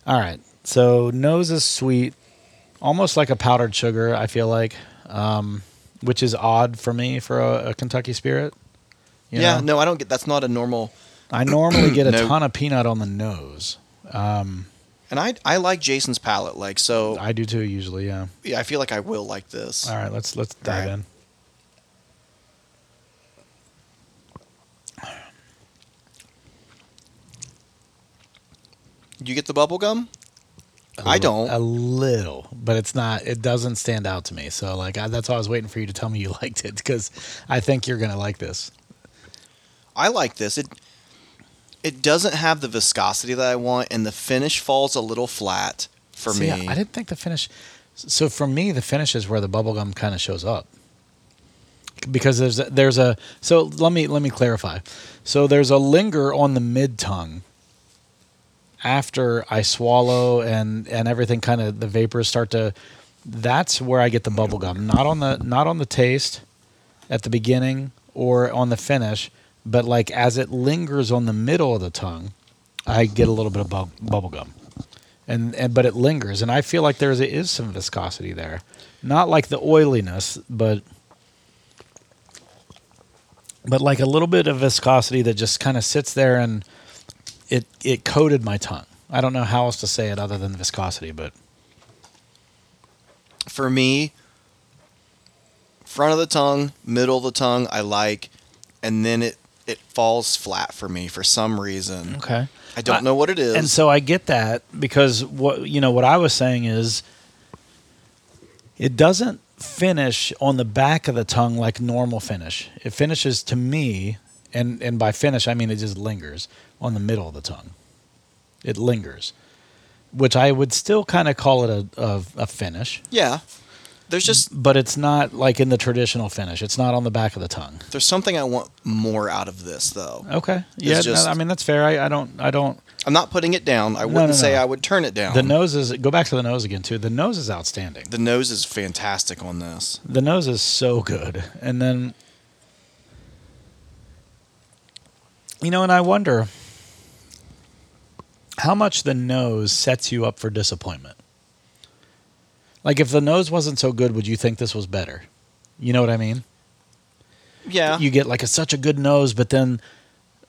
Speaker 2: All right. So nose is sweet, almost like a powdered sugar. I feel like, um, which is odd for me for a, a Kentucky spirit. you
Speaker 3: yeah.
Speaker 2: know?
Speaker 3: No, I don't get. That's not a normal.
Speaker 2: I
Speaker 3: <clears throat>
Speaker 2: normally get a
Speaker 3: No.
Speaker 2: ton of peanut on the nose.
Speaker 3: And I I like Jason's palate. Like so, I,
Speaker 2: I do too usually, yeah.
Speaker 3: yeah, I feel like I will like this.
Speaker 2: All right, let's let's dive
Speaker 3: right.
Speaker 2: in.
Speaker 3: You get the bubble gum? I don't.
Speaker 2: A little, but it's not it doesn't stand out to me. So like I, that's why I was waiting for you to tell me you <laughs> liked it cuz I think you're going to like this.
Speaker 3: I like this. It it doesn't have the viscosity that I want, and the finish falls a little flat for
Speaker 2: See,
Speaker 3: me.
Speaker 2: I, I didn't think the finish So for me the finish is where the bubblegum kind of shows up. Because there's a, there's a so let me let me clarify. So there's a linger on the mid tongue after I swallow and and everything kind of the vapors start to that's where I get the bubble gum. Not on the not on the taste at the beginning or on the finish, but like as it lingers on the middle of the tongue, I get a little bit of bub- bubble gum. And, and but it lingers and I feel like there is is some viscosity there. Not like the oiliness, but but like a little bit of viscosity that just kind of sits there and it it coated my tongue. I don't know how else to say it other than viscosity, but
Speaker 3: for me, front of the tongue, middle of the tongue, I like, and then it it falls flat for me for some reason.
Speaker 2: okay.
Speaker 3: I don't know what it is.
Speaker 2: And so I get that because what you know what I was saying is it doesn't finish on the back of the tongue like normal finish. It finishes to me and and by finish I mean it just lingers on the middle of the tongue. It lingers. Which I would still kind of call it a, a a finish,
Speaker 3: yeah, there's just
Speaker 2: but it's not like in the traditional finish. It's not on the back of the tongue.
Speaker 3: there's something I want more out of this though.
Speaker 2: Okay. Yeah.
Speaker 3: just-
Speaker 2: no, I mean that's fair. I, I don't. I don't.
Speaker 3: I'm not putting it down. I wouldn't
Speaker 2: no,
Speaker 3: say
Speaker 2: no.
Speaker 3: I would turn it down.
Speaker 2: The nose is. Go back to the nose again too. The nose is outstanding.
Speaker 3: the nose is fantastic on this.
Speaker 2: The nose is so good. And then, you know, and I wonder how much the nose sets you up for disappointment. Like, if the nose wasn't so good, would you think this was better? You know what I mean?
Speaker 3: Yeah,
Speaker 2: You get like a, such a good nose, but then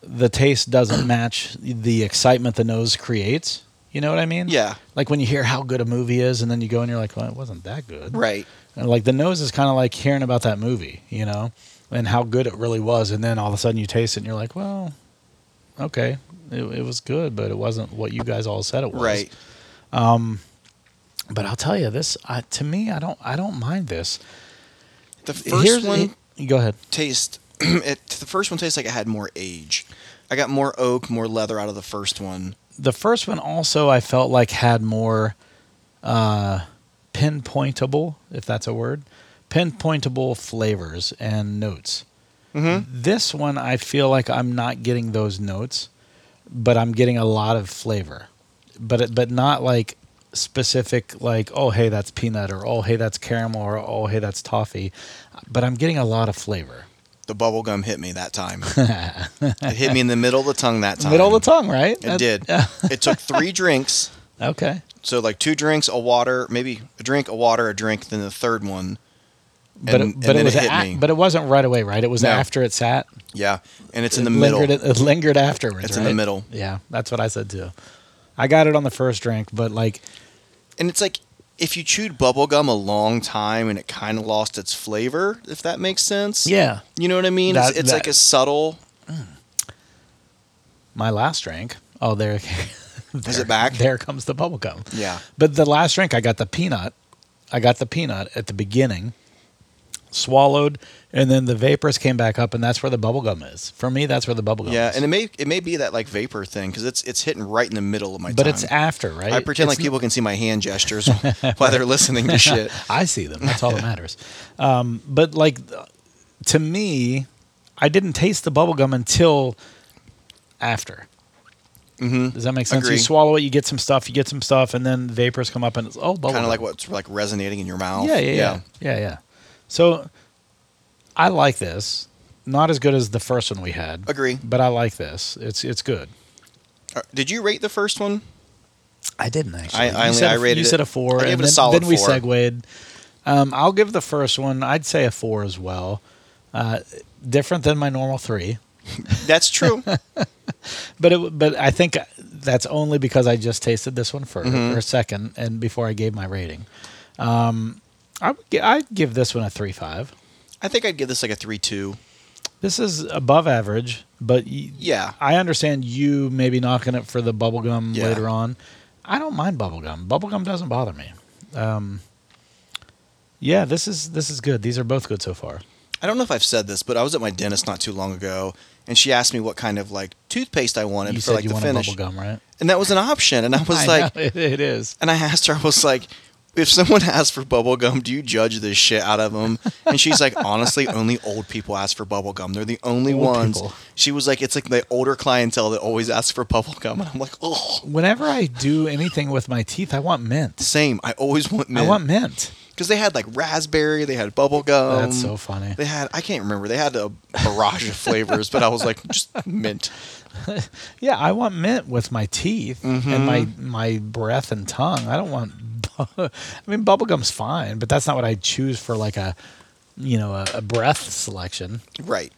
Speaker 2: the taste doesn't
Speaker 3: <clears throat>
Speaker 2: match the excitement the nose creates. You know what I mean?
Speaker 3: yeah,
Speaker 2: Like when you hear how good a movie is, and then you go and you're like, well, it wasn't that good.
Speaker 3: right.
Speaker 2: And like the nose is kind of like hearing about that movie, you know, and how good it really was. And then all of a sudden you taste it and you're like, well, okay, it, it was good, but it wasn't what you guys all said it was.
Speaker 3: Right.
Speaker 2: But I'll tell you this, I, to me, I don't, I don't mind this.
Speaker 3: The first one
Speaker 2: go ahead.
Speaker 3: taste <clears throat> it the first one tastes like it had more age. I got more oak, more leather out of the first one.
Speaker 2: The first one also, I felt like had more, uh, pinpointable, if that's a word, pinpointable flavors and notes.
Speaker 3: Mm-hmm.
Speaker 2: This one, I feel like I'm not getting those notes, but I'm getting a lot of flavor, but it, but not like specific like oh hey that's peanut or oh hey that's caramel or oh hey that's toffee, but I'm getting a lot of flavor.
Speaker 3: The bubble gum hit me that
Speaker 2: <laughs>
Speaker 3: time. it hit me in the middle of the tongue that time.
Speaker 2: Middle of the tongue, right?
Speaker 3: It did.
Speaker 2: <laughs>
Speaker 3: it took three drinks.
Speaker 2: Okay,
Speaker 3: So like two drinks, a water, maybe a drink, a water, a drink, then the third one.
Speaker 2: but
Speaker 3: And-
Speaker 2: it, but
Speaker 3: and
Speaker 2: it
Speaker 3: then
Speaker 2: was
Speaker 3: it hit
Speaker 2: a-
Speaker 3: me.
Speaker 2: but it wasn't right away, right? It was
Speaker 3: No.
Speaker 2: after it sat.
Speaker 3: Yeah, and it's in the
Speaker 2: it
Speaker 3: middle.
Speaker 2: Lingered, it <laughs> lingered afterwards.
Speaker 3: It's in the
Speaker 2: right?
Speaker 3: middle.
Speaker 2: Yeah, that's what I said too. I got it on the first drink, but like
Speaker 3: and it's like if you chewed bubblegum a long time and it kind of lost its flavor, if that makes sense.
Speaker 2: Yeah.
Speaker 3: You know what I mean? It's-
Speaker 2: That-
Speaker 3: it's
Speaker 2: that-
Speaker 3: like a subtle.
Speaker 2: My last drink. Oh, there. <laughs>
Speaker 3: Is
Speaker 2: there-
Speaker 3: it back?
Speaker 2: There comes the bubble gum.
Speaker 3: Yeah.
Speaker 2: But the last drink, I got the peanut. I got the peanut at the beginning, swallowed, and then the vapors came back up, and that's where the bubble gum is. For me, that's where the bubble gum
Speaker 3: Yeah,
Speaker 2: is.
Speaker 3: and it may it may be that like vapor thing because it's it's hitting right in the middle of my.
Speaker 2: but
Speaker 3: tongue.
Speaker 2: it's after, right?
Speaker 3: I pretend
Speaker 2: It's
Speaker 3: like people can see my
Speaker 2: <laughs>
Speaker 3: hand gestures while they're listening to shit.
Speaker 2: I see them. That's all that matters. Um, but like th- to me, I didn't taste the bubble gum until after. Mm-hmm. Does that make sense?
Speaker 3: Agree.
Speaker 2: You swallow it, you get some stuff, you get some stuff, and then vapors come up, and it's oh, bubble
Speaker 3: Kind of
Speaker 2: gum.
Speaker 3: like what's like resonating in your mouth.
Speaker 2: Yeah, yeah, yeah, yeah, yeah, So I like this. Not as good as the first one we had.
Speaker 3: Agree.
Speaker 2: But I like this. It's it's good.
Speaker 3: Uh, Did you rate the first one?
Speaker 2: I didn't actually.
Speaker 3: I- I
Speaker 2: you
Speaker 3: only-
Speaker 2: said,
Speaker 3: I
Speaker 2: a-
Speaker 3: rated
Speaker 2: you
Speaker 3: it-
Speaker 2: said a four.
Speaker 3: I
Speaker 2: and
Speaker 3: gave it a
Speaker 2: then,
Speaker 3: solid
Speaker 2: Then we
Speaker 3: four.
Speaker 2: segued. Um, I'll give the first one. I'd say a four as well. Uh, different than my normal three, <laughs>
Speaker 3: That's true.
Speaker 2: but it, but I think that's only because I just tasted this one 1st
Speaker 3: Mhm.
Speaker 2: or second, and before I gave my rating. Um, I would gi- I'd give this one a three five.
Speaker 3: I think I'd give this like a three two.
Speaker 2: This is above average, but y-
Speaker 3: Yeah.
Speaker 2: I understand you maybe knocking it for the bubblegum
Speaker 3: Yeah.
Speaker 2: later on. I don't mind bubblegum. Bubblegum doesn't bother me. Um, yeah, this is this is good. These are both good so far.
Speaker 3: I don't know if I've said this, but I was at my dentist not too long ago, and she asked me what kind of like toothpaste I wanted
Speaker 2: you
Speaker 3: for
Speaker 2: said
Speaker 3: like
Speaker 2: you
Speaker 3: the
Speaker 2: want
Speaker 3: finish,
Speaker 2: a bubblegum, right?
Speaker 3: and that was an option. And I was
Speaker 2: I
Speaker 3: like,
Speaker 2: know, <laughs> it- it is.
Speaker 3: and I asked her, I was like, if someone <laughs> asks for bubblegum, do you judge this shit out of them? And she's like, honestly, only old people ask for bubblegum. They're the only
Speaker 2: Old
Speaker 3: ones.
Speaker 2: people.
Speaker 3: She was like, it's like the older clientele that always asks for bubblegum. And I'm like, oh,
Speaker 2: Whenever I do anything with my teeth, I want mint.
Speaker 3: same. I always want mint.
Speaker 2: I want mint.
Speaker 3: Because they had like raspberry, they had bubblegum.
Speaker 2: That's so funny.
Speaker 3: Um, They had, I can't remember, they had a barrage of flavors, but I was like, just mint.
Speaker 2: Yeah, I want mint with my teeth and my my breath and tongue. I don't want. <laughs> bu- I mean, bubblegum's fine, but that's not what I choose for like a, you know, a, a breath selection.
Speaker 3: Right.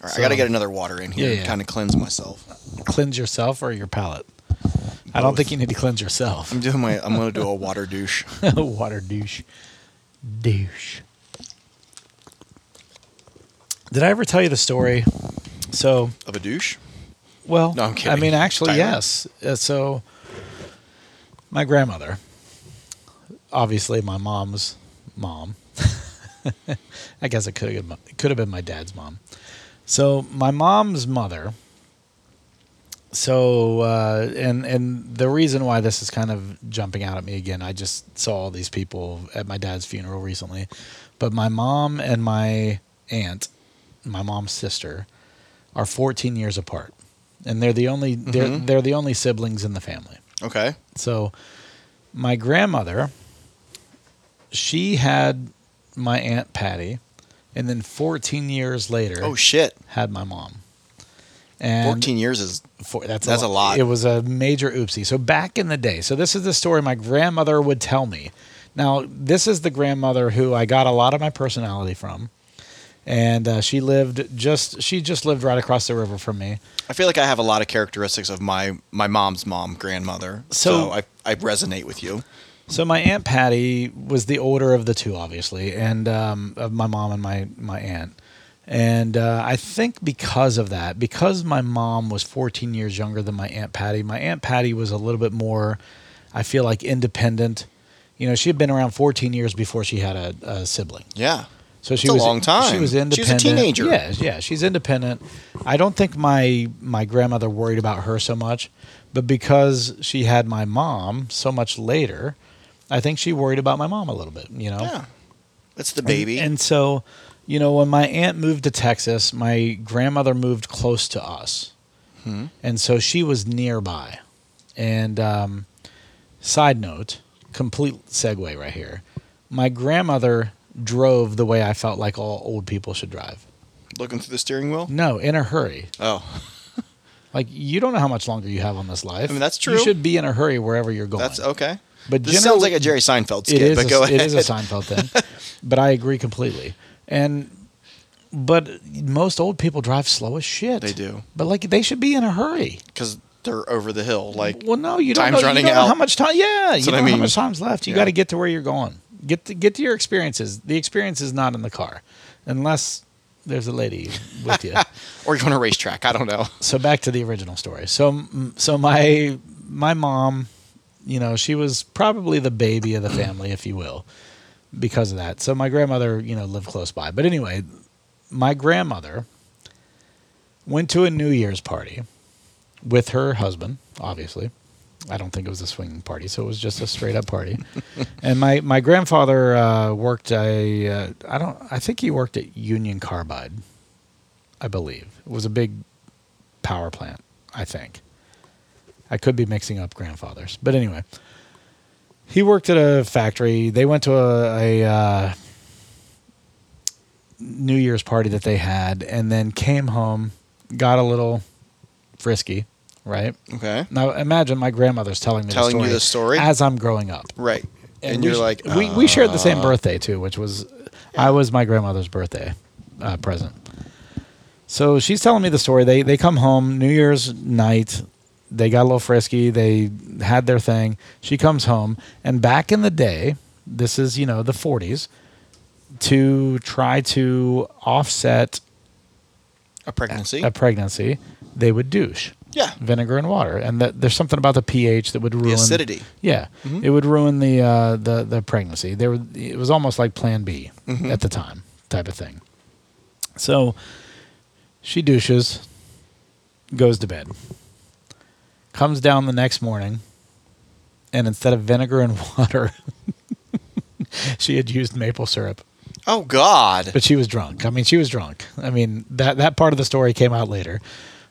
Speaker 3: All right,
Speaker 2: So-
Speaker 3: I got to get another water in here
Speaker 2: Yeah,
Speaker 3: and
Speaker 2: yeah.
Speaker 3: kind of cleanse myself.
Speaker 2: Cleanse yourself or your palate. I don't
Speaker 3: Both.
Speaker 2: think you need to cleanse yourself.
Speaker 3: I'm doing my, I'm going to do a water douche.
Speaker 2: <laughs> Water douche, douche. Did I ever tell you the story? So
Speaker 3: Of a douche?
Speaker 2: Well,
Speaker 3: No, I'm
Speaker 2: I
Speaker 3: kidding.
Speaker 2: mean, actually,
Speaker 3: Tyler?
Speaker 2: yes. Uh, so, my grandmother, obviously my mom's mom. <laughs> I guess it could have been, it could have been my dad's mom. So my mom's mother. So uh, and and the reason why this is kind of jumping out at me again, I just saw all these people at my dad's funeral recently, but my mom and my aunt, my mom's sister, are 14 years apart, and they're the only they're
Speaker 3: Mm-hmm.
Speaker 2: they're the only siblings in the family.
Speaker 3: Okay.
Speaker 2: So my grandmother, she had my aunt Patty, and then 14 years later,
Speaker 3: Oh, shit.
Speaker 2: had my mom. And
Speaker 3: 14 years is
Speaker 2: Four, that's
Speaker 3: That's
Speaker 2: a
Speaker 3: a
Speaker 2: lot.
Speaker 3: lot.
Speaker 2: It was a major oopsie. So back in the day, so this is the story my grandmother would tell me. Now this is the grandmother who I got a lot of my personality from, and uh, she lived just she just lived right across the river from me.
Speaker 3: I feel like I have a lot of characteristics of my my mom's mom, grandmother.
Speaker 2: So-
Speaker 3: So, I, I resonate with you.
Speaker 2: So my aunt Patty was the older of the two, obviously, and um, of my mom and my my aunt. And uh, I think because of that, because my mom was 14 years younger than my aunt Patty, my aunt Patty was a little bit more, I feel like, independent. You know, she had been around 14 years before she had a, a sibling.
Speaker 3: Yeah.
Speaker 2: So she
Speaker 3: That's a
Speaker 2: was
Speaker 3: long time.
Speaker 2: She was
Speaker 3: She was a
Speaker 2: independent.
Speaker 3: teenager.
Speaker 2: Yeah, yeah, she's independent. I don't think my my grandmother worried about her so much, but because she had my mom so much later, I think she worried about my mom a little bit. You know.
Speaker 3: Yeah. That's the
Speaker 2: And-
Speaker 3: baby.
Speaker 2: And, so, you know, when my aunt moved to Texas, my grandmother moved close to us.
Speaker 3: Hmm.
Speaker 2: And so she was nearby. And um, side note, complete segue right here. My grandmother drove the way I felt like all old people should drive.
Speaker 3: Looking through the steering wheel?
Speaker 2: No, in a hurry.
Speaker 3: Oh,
Speaker 2: Like you don't know how much longer you have on this life.
Speaker 3: I mean, that's
Speaker 2: You
Speaker 3: true.
Speaker 2: should be in a hurry wherever you're going.
Speaker 3: that's okay.
Speaker 2: But
Speaker 3: this
Speaker 2: generally-
Speaker 3: sounds like a Jerry Seinfeld skit,
Speaker 2: It is.
Speaker 3: but
Speaker 2: a,
Speaker 3: go ahead.
Speaker 2: It is a Seinfeld thing,
Speaker 3: <laughs>
Speaker 2: but I agree completely. And but most old people drive slow as shit.
Speaker 3: They do.
Speaker 2: But like they should be in a hurry.
Speaker 3: <laughs> Because they're over the hill. Like
Speaker 2: Well, no, you don't
Speaker 3: Time's
Speaker 2: know, you
Speaker 3: running
Speaker 2: don't know
Speaker 3: out.
Speaker 2: how much time. Yeah, you
Speaker 3: what
Speaker 2: don't
Speaker 3: I
Speaker 2: know how
Speaker 3: mean.
Speaker 2: much time's left. You
Speaker 3: Yeah.
Speaker 2: got to get to where you're going. Get to get to your experiences. The experience is not in the car, unless there's a lady with
Speaker 3: <laughs>
Speaker 2: you.
Speaker 3: or you're on a racetrack. I don't know.
Speaker 2: so back to the original story. So m- so my my mom, you know, she was probably the baby of the family, if you will, because of that. So my grandmother, you know, lived close by. But anyway, my grandmother went to a New Year's party with her husband, obviously. I don't think it was a swinging party, so it was just a straight up party. and my my grandfather uh, worked a uh, I don't I think he worked at Union Carbide, I believe. It was a big power plant, I think. I could be mixing up grandfathers, but anyway, he worked at a factory. They went to a, a uh, New Year's party that they had, and then came home, got a little frisky, right?
Speaker 3: Okay.
Speaker 2: Now imagine my grandmother's telling me
Speaker 3: Telling
Speaker 2: the
Speaker 3: you
Speaker 2: story
Speaker 3: the story?
Speaker 2: as I'm growing up,
Speaker 3: Right. And,
Speaker 2: we
Speaker 3: you're
Speaker 2: sh-
Speaker 3: like, uh,
Speaker 2: we we shared the same birthday too, which was I was my grandmother's birthday uh, present. So she's telling me the story. They they come home New Year's night. They got a little frisky. They had their thing. She comes home, and back in the day, this is you know the 40s, to try to offset
Speaker 3: a pregnancy.
Speaker 2: a pregnancy, they would douche
Speaker 3: yeah.
Speaker 2: vinegar and water, and that there's something about the pH that would ruin
Speaker 3: acidity. Mm-hmm.
Speaker 2: Yeah, it would ruin the uh, the the pregnancy. There, were- it was almost like Plan B
Speaker 3: Mm-hmm.
Speaker 2: at the time, type of thing. So, she douches, goes to bed, comes down the next morning, and instead of vinegar and <laughs> water, she had used maple syrup.
Speaker 3: Oh God.
Speaker 2: But she was drunk. I mean, she was drunk. I mean, that that part of the story came out later.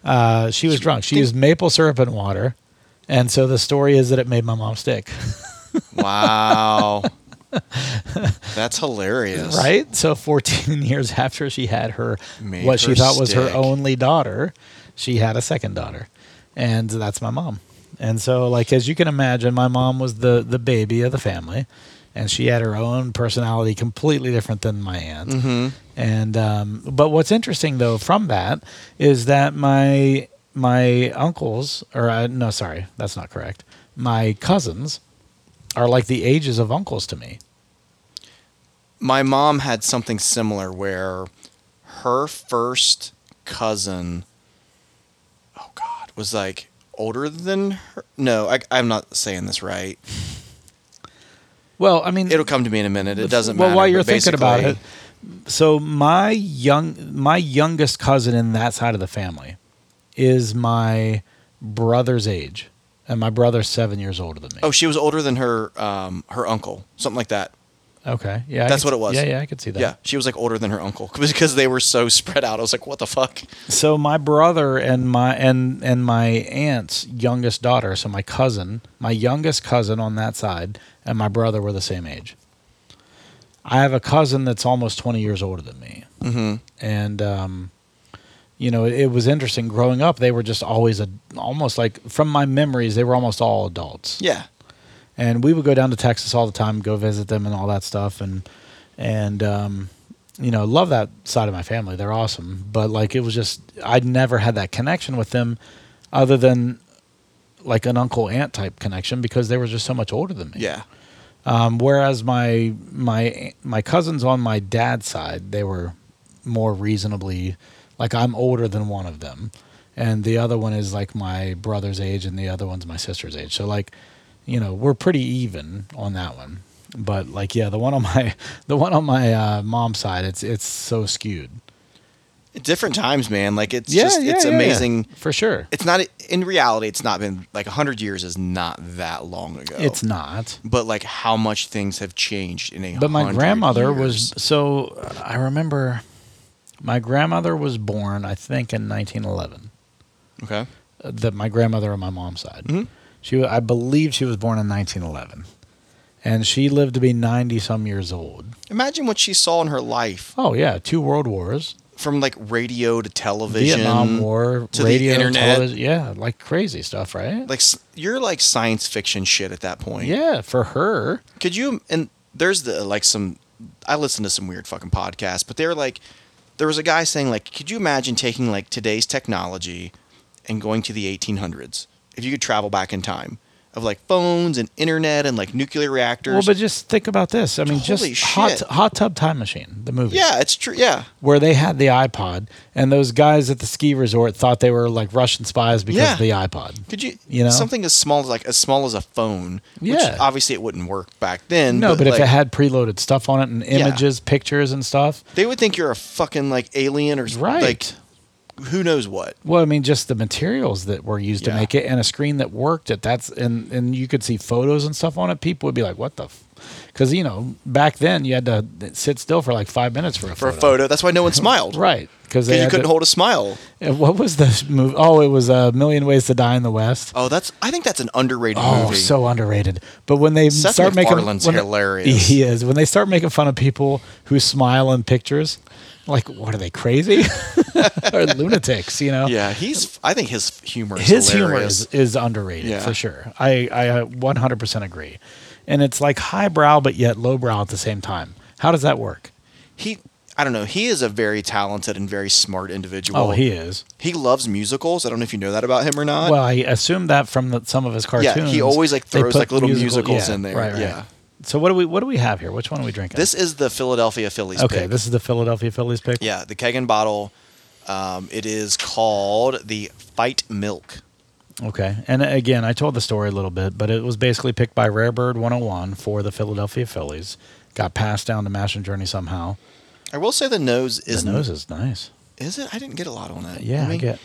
Speaker 2: Uh, she was drunk. She used maple syrup and water, and so the story is that it made my mom stick. <laughs>
Speaker 3: Wow. That's hilarious.
Speaker 2: Right. So 14 <laughs> years after she had her,
Speaker 3: Made
Speaker 2: what she
Speaker 3: her
Speaker 2: thought was her
Speaker 3: stick.
Speaker 2: only daughter, she had a second daughter, and that's my mom. And so, like as you can imagine, my mom was the the baby of the family, and she had her own personality, completely different than my aunt.
Speaker 3: Mm-hmm.
Speaker 2: And um, but what's interesting though from that is that my my uncles or uh, no, sorry, that's not correct. My cousins are like the ages of uncles to me.
Speaker 3: My mom had something similar where her first cousin, oh God, was like older than her. No, I, I'm not saying this right.
Speaker 2: Well, I mean,
Speaker 3: It'll come to me in a minute. It doesn't
Speaker 2: well,
Speaker 3: matter.
Speaker 2: while
Speaker 3: but
Speaker 2: you're thinking about it,
Speaker 3: basically-
Speaker 2: so my young, my youngest cousin in that side of the family is my brother's age, and my brother's seven years older than me.
Speaker 3: Oh, she was older than her um, her uncle, something like that.
Speaker 2: okay, yeah, I
Speaker 3: that's
Speaker 2: could-
Speaker 3: what it was.
Speaker 2: Yeah, yeah, I could see that.
Speaker 3: Yeah, she was like older than her uncle <laughs> because they were so spread out. I was like, what the fuck?
Speaker 2: So my brother and my and and my aunt's youngest daughter, so my cousin, my youngest cousin on that side, and my brother were the same age. I have a cousin that's almost twenty years older than me.
Speaker 3: Mm-hmm.
Speaker 2: and um, you know it, was interesting growing up they were just always a, almost like from my memories they were almost all adults
Speaker 3: Yeah.
Speaker 2: and we would go down to texas all the time go visit them and all that stuff and and um, you know love that side of my family they're awesome but like it was just i'd never had that connection with them other than like an uncle aunt type connection because they were just so much older than me
Speaker 3: Yeah.
Speaker 2: um, whereas my my my cousins on my dad's side, they were more reasonably like I'm older than one of them, and the other one is like my brother's age, and the other one's my sister's age. So like, you know, we're pretty even on that one. But like, yeah, the one on my <laughs> the one on my uh, mom's side, it's it's so skewed.
Speaker 3: Different times, man. Like it's
Speaker 2: yeah,
Speaker 3: just
Speaker 2: yeah,
Speaker 3: it's
Speaker 2: yeah, yeah.
Speaker 3: amazing.
Speaker 2: for sure.
Speaker 3: It's not in reality. It's not been like hundred years is not that long ago.
Speaker 2: It's not.
Speaker 3: But like how much things have changed in a.
Speaker 2: But my
Speaker 3: 100
Speaker 2: grandmother
Speaker 3: years.
Speaker 2: was so uh, I remember my grandmother was born I think in 1911.
Speaker 3: okay.
Speaker 2: uh, That my grandmother on my mom's side.
Speaker 3: Mhm.
Speaker 2: She wa- I believe she was born in 1911. And she lived to be 90 some years old.
Speaker 3: Imagine what she saw in her life
Speaker 2: Oh yeah, two world wars,
Speaker 3: from like radio to television,
Speaker 2: Vietnam War,
Speaker 3: to the
Speaker 2: radio,
Speaker 3: internet.
Speaker 2: televis- yeah, like crazy stuff, right?
Speaker 3: Like s- you're like science fiction shit at that point.
Speaker 2: yeah, for her.
Speaker 3: Could you and there's the like some I listened to some weird fucking podcasts, but they're like there was a guy saying like could you imagine taking like today's technology and going to the 1800s if you could travel back in time of like phones and internet and like nuclear reactors.
Speaker 2: Well, but just think about this. I mean, just
Speaker 3: Holy
Speaker 2: hot,
Speaker 3: shit.
Speaker 2: hot tub time machine, the movie.
Speaker 3: yeah, it's true. Yeah,
Speaker 2: where they had the iPod, and those guys at the ski resort thought they were like Russian spies because of the
Speaker 3: Yeah.
Speaker 2: iPod.
Speaker 3: could you
Speaker 2: You know?
Speaker 3: something as small as like as small as a phone?
Speaker 2: Yeah.
Speaker 3: which obviously it wouldn't work back then.
Speaker 2: No, but, if
Speaker 3: like,
Speaker 2: it had preloaded stuff on it and images, pictures, and stuff.
Speaker 3: they would think you're a fucking like alien or s-
Speaker 2: Right.
Speaker 3: like who knows what.
Speaker 2: Well, I mean, just the materials that were used to
Speaker 3: Yeah.
Speaker 2: make it, and a screen that worked. At that's and and you could see photos and stuff on it. People would be like, "What the?" Because you know, back then you had to sit still for like five minutes for a
Speaker 3: For
Speaker 2: photo.
Speaker 3: a photo, that's why no
Speaker 2: <laughs>
Speaker 3: one smiled.
Speaker 2: right? Because
Speaker 3: because you couldn't hold a smile.
Speaker 2: hold. What was the movie? Oh, it was a million ways to die in the West.
Speaker 3: Oh, that's I think that's an underrated
Speaker 2: Oh,
Speaker 3: movie.
Speaker 2: so underrated. But when they
Speaker 3: Seth
Speaker 2: start making
Speaker 3: MacFarlane's
Speaker 2: when- <laughs>
Speaker 3: hilarious.
Speaker 2: he is. When they start making fun of people who smile in pictures, like what are they crazy <laughs>
Speaker 3: <laughs>
Speaker 2: or lunatics? You know,
Speaker 3: yeah, he's. I think his humor. Is
Speaker 2: his humor
Speaker 3: hilarious.
Speaker 2: is, is underrated
Speaker 3: Yeah.
Speaker 2: for sure. I I uh, 100% agree, and it's like highbrow but yet lowbrow at the same time. How does that work?
Speaker 3: He. I don't know. He is a very talented and very smart individual.
Speaker 2: oh, he is.
Speaker 3: He loves musicals. I don't know if you know that about him or not.
Speaker 2: Well, I assume that from the, some of his cartoons.
Speaker 3: uh, he always, like,
Speaker 2: they
Speaker 3: throws,
Speaker 2: put
Speaker 3: like, little musicals
Speaker 2: yeah,
Speaker 3: in there. Yeah.
Speaker 2: So what do we what do we have here? Which one are we drinking?
Speaker 3: this is the Philadelphia Phillies.
Speaker 2: okay.
Speaker 3: pick.
Speaker 2: This is the Philadelphia Phillies pick.
Speaker 3: Yeah, the Kegan bottle. Um, it is called the Fight Milk.
Speaker 2: Okay. And again, I told the story a little bit, but it was basically picked by Rare Bird 101 for the Philadelphia Phillies. Got passed down to Mash and Journey somehow.
Speaker 3: I will say the nose is
Speaker 2: the nose is nice.
Speaker 3: Is it? I didn't get a lot on that.
Speaker 2: Yeah,
Speaker 3: Let
Speaker 2: I
Speaker 3: me-
Speaker 2: get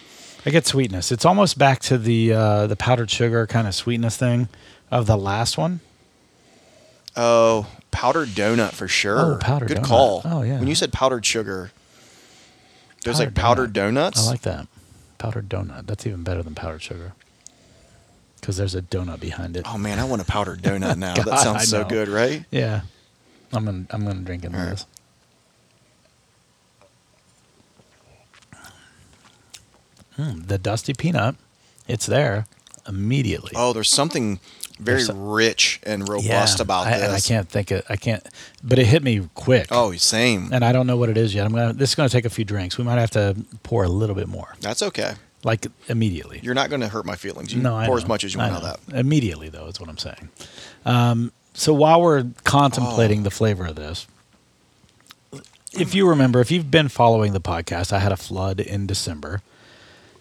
Speaker 2: I get sweetness. It's almost back to the uh, the powdered sugar kind of sweetness thing of the last one.
Speaker 3: Oh, powdered donut for sure.
Speaker 2: Oh, powdered
Speaker 3: Good
Speaker 2: donut.
Speaker 3: call.
Speaker 2: Oh, yeah.
Speaker 3: When you said powdered sugar, there's like
Speaker 2: Powdered
Speaker 3: powdered donuts.
Speaker 2: I like that. Powdered donut. That's even better than powdered sugar. Cuz there's a donut behind it.
Speaker 3: Oh man, I want a
Speaker 2: <laughs>
Speaker 3: powdered donut now.
Speaker 2: God,
Speaker 3: that
Speaker 2: I
Speaker 3: sounds so
Speaker 2: know.
Speaker 3: good, right?
Speaker 2: Yeah. I'm going to I'm going to drink into
Speaker 3: All right.
Speaker 2: this. Mm, the dusty peanut, it's there immediately.
Speaker 3: Oh, there's something very
Speaker 2: There's so-
Speaker 3: rich and
Speaker 2: Yeah,
Speaker 3: robust about
Speaker 2: I,
Speaker 3: this.
Speaker 2: and I can't think it. I can't, but it hit me quick.
Speaker 3: Oh, same.
Speaker 2: and I don't know what it is yet. I'm gonna. This is gonna take a few drinks. We might have to pour a little bit more,
Speaker 3: That's okay.
Speaker 2: like immediately.
Speaker 3: You're not going to hurt my feelings. You
Speaker 2: no, I
Speaker 3: pour as
Speaker 2: know.
Speaker 3: much as you
Speaker 2: I
Speaker 3: want out
Speaker 2: know.
Speaker 3: of that.
Speaker 2: Immediately, though, is what I'm saying. Um, so while we're
Speaker 3: Oh.
Speaker 2: contemplating the flavor of this, if you remember, if you've been following the podcast, I had a flood in December,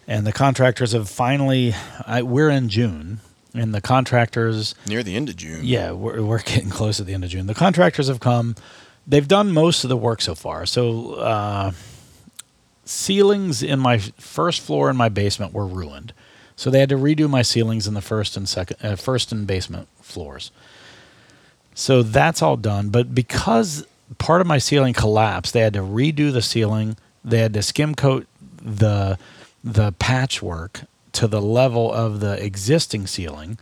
Speaker 2: and the contractors have finally. I, we're in June, and the contractors.
Speaker 3: Near the end of June.
Speaker 2: Yeah, we're, we're getting close to the end of June. The contractors have come. They've done most of the work so far. So, uh, ceilings in my f- first floor in my basement were ruined. So they had to redo my ceilings in the first and second, uh, first and basement floors. So that's all done. But because part of my ceiling collapsed, they had to redo the ceiling. They had to skim coat the the patchwork to the level of the existing ceiling.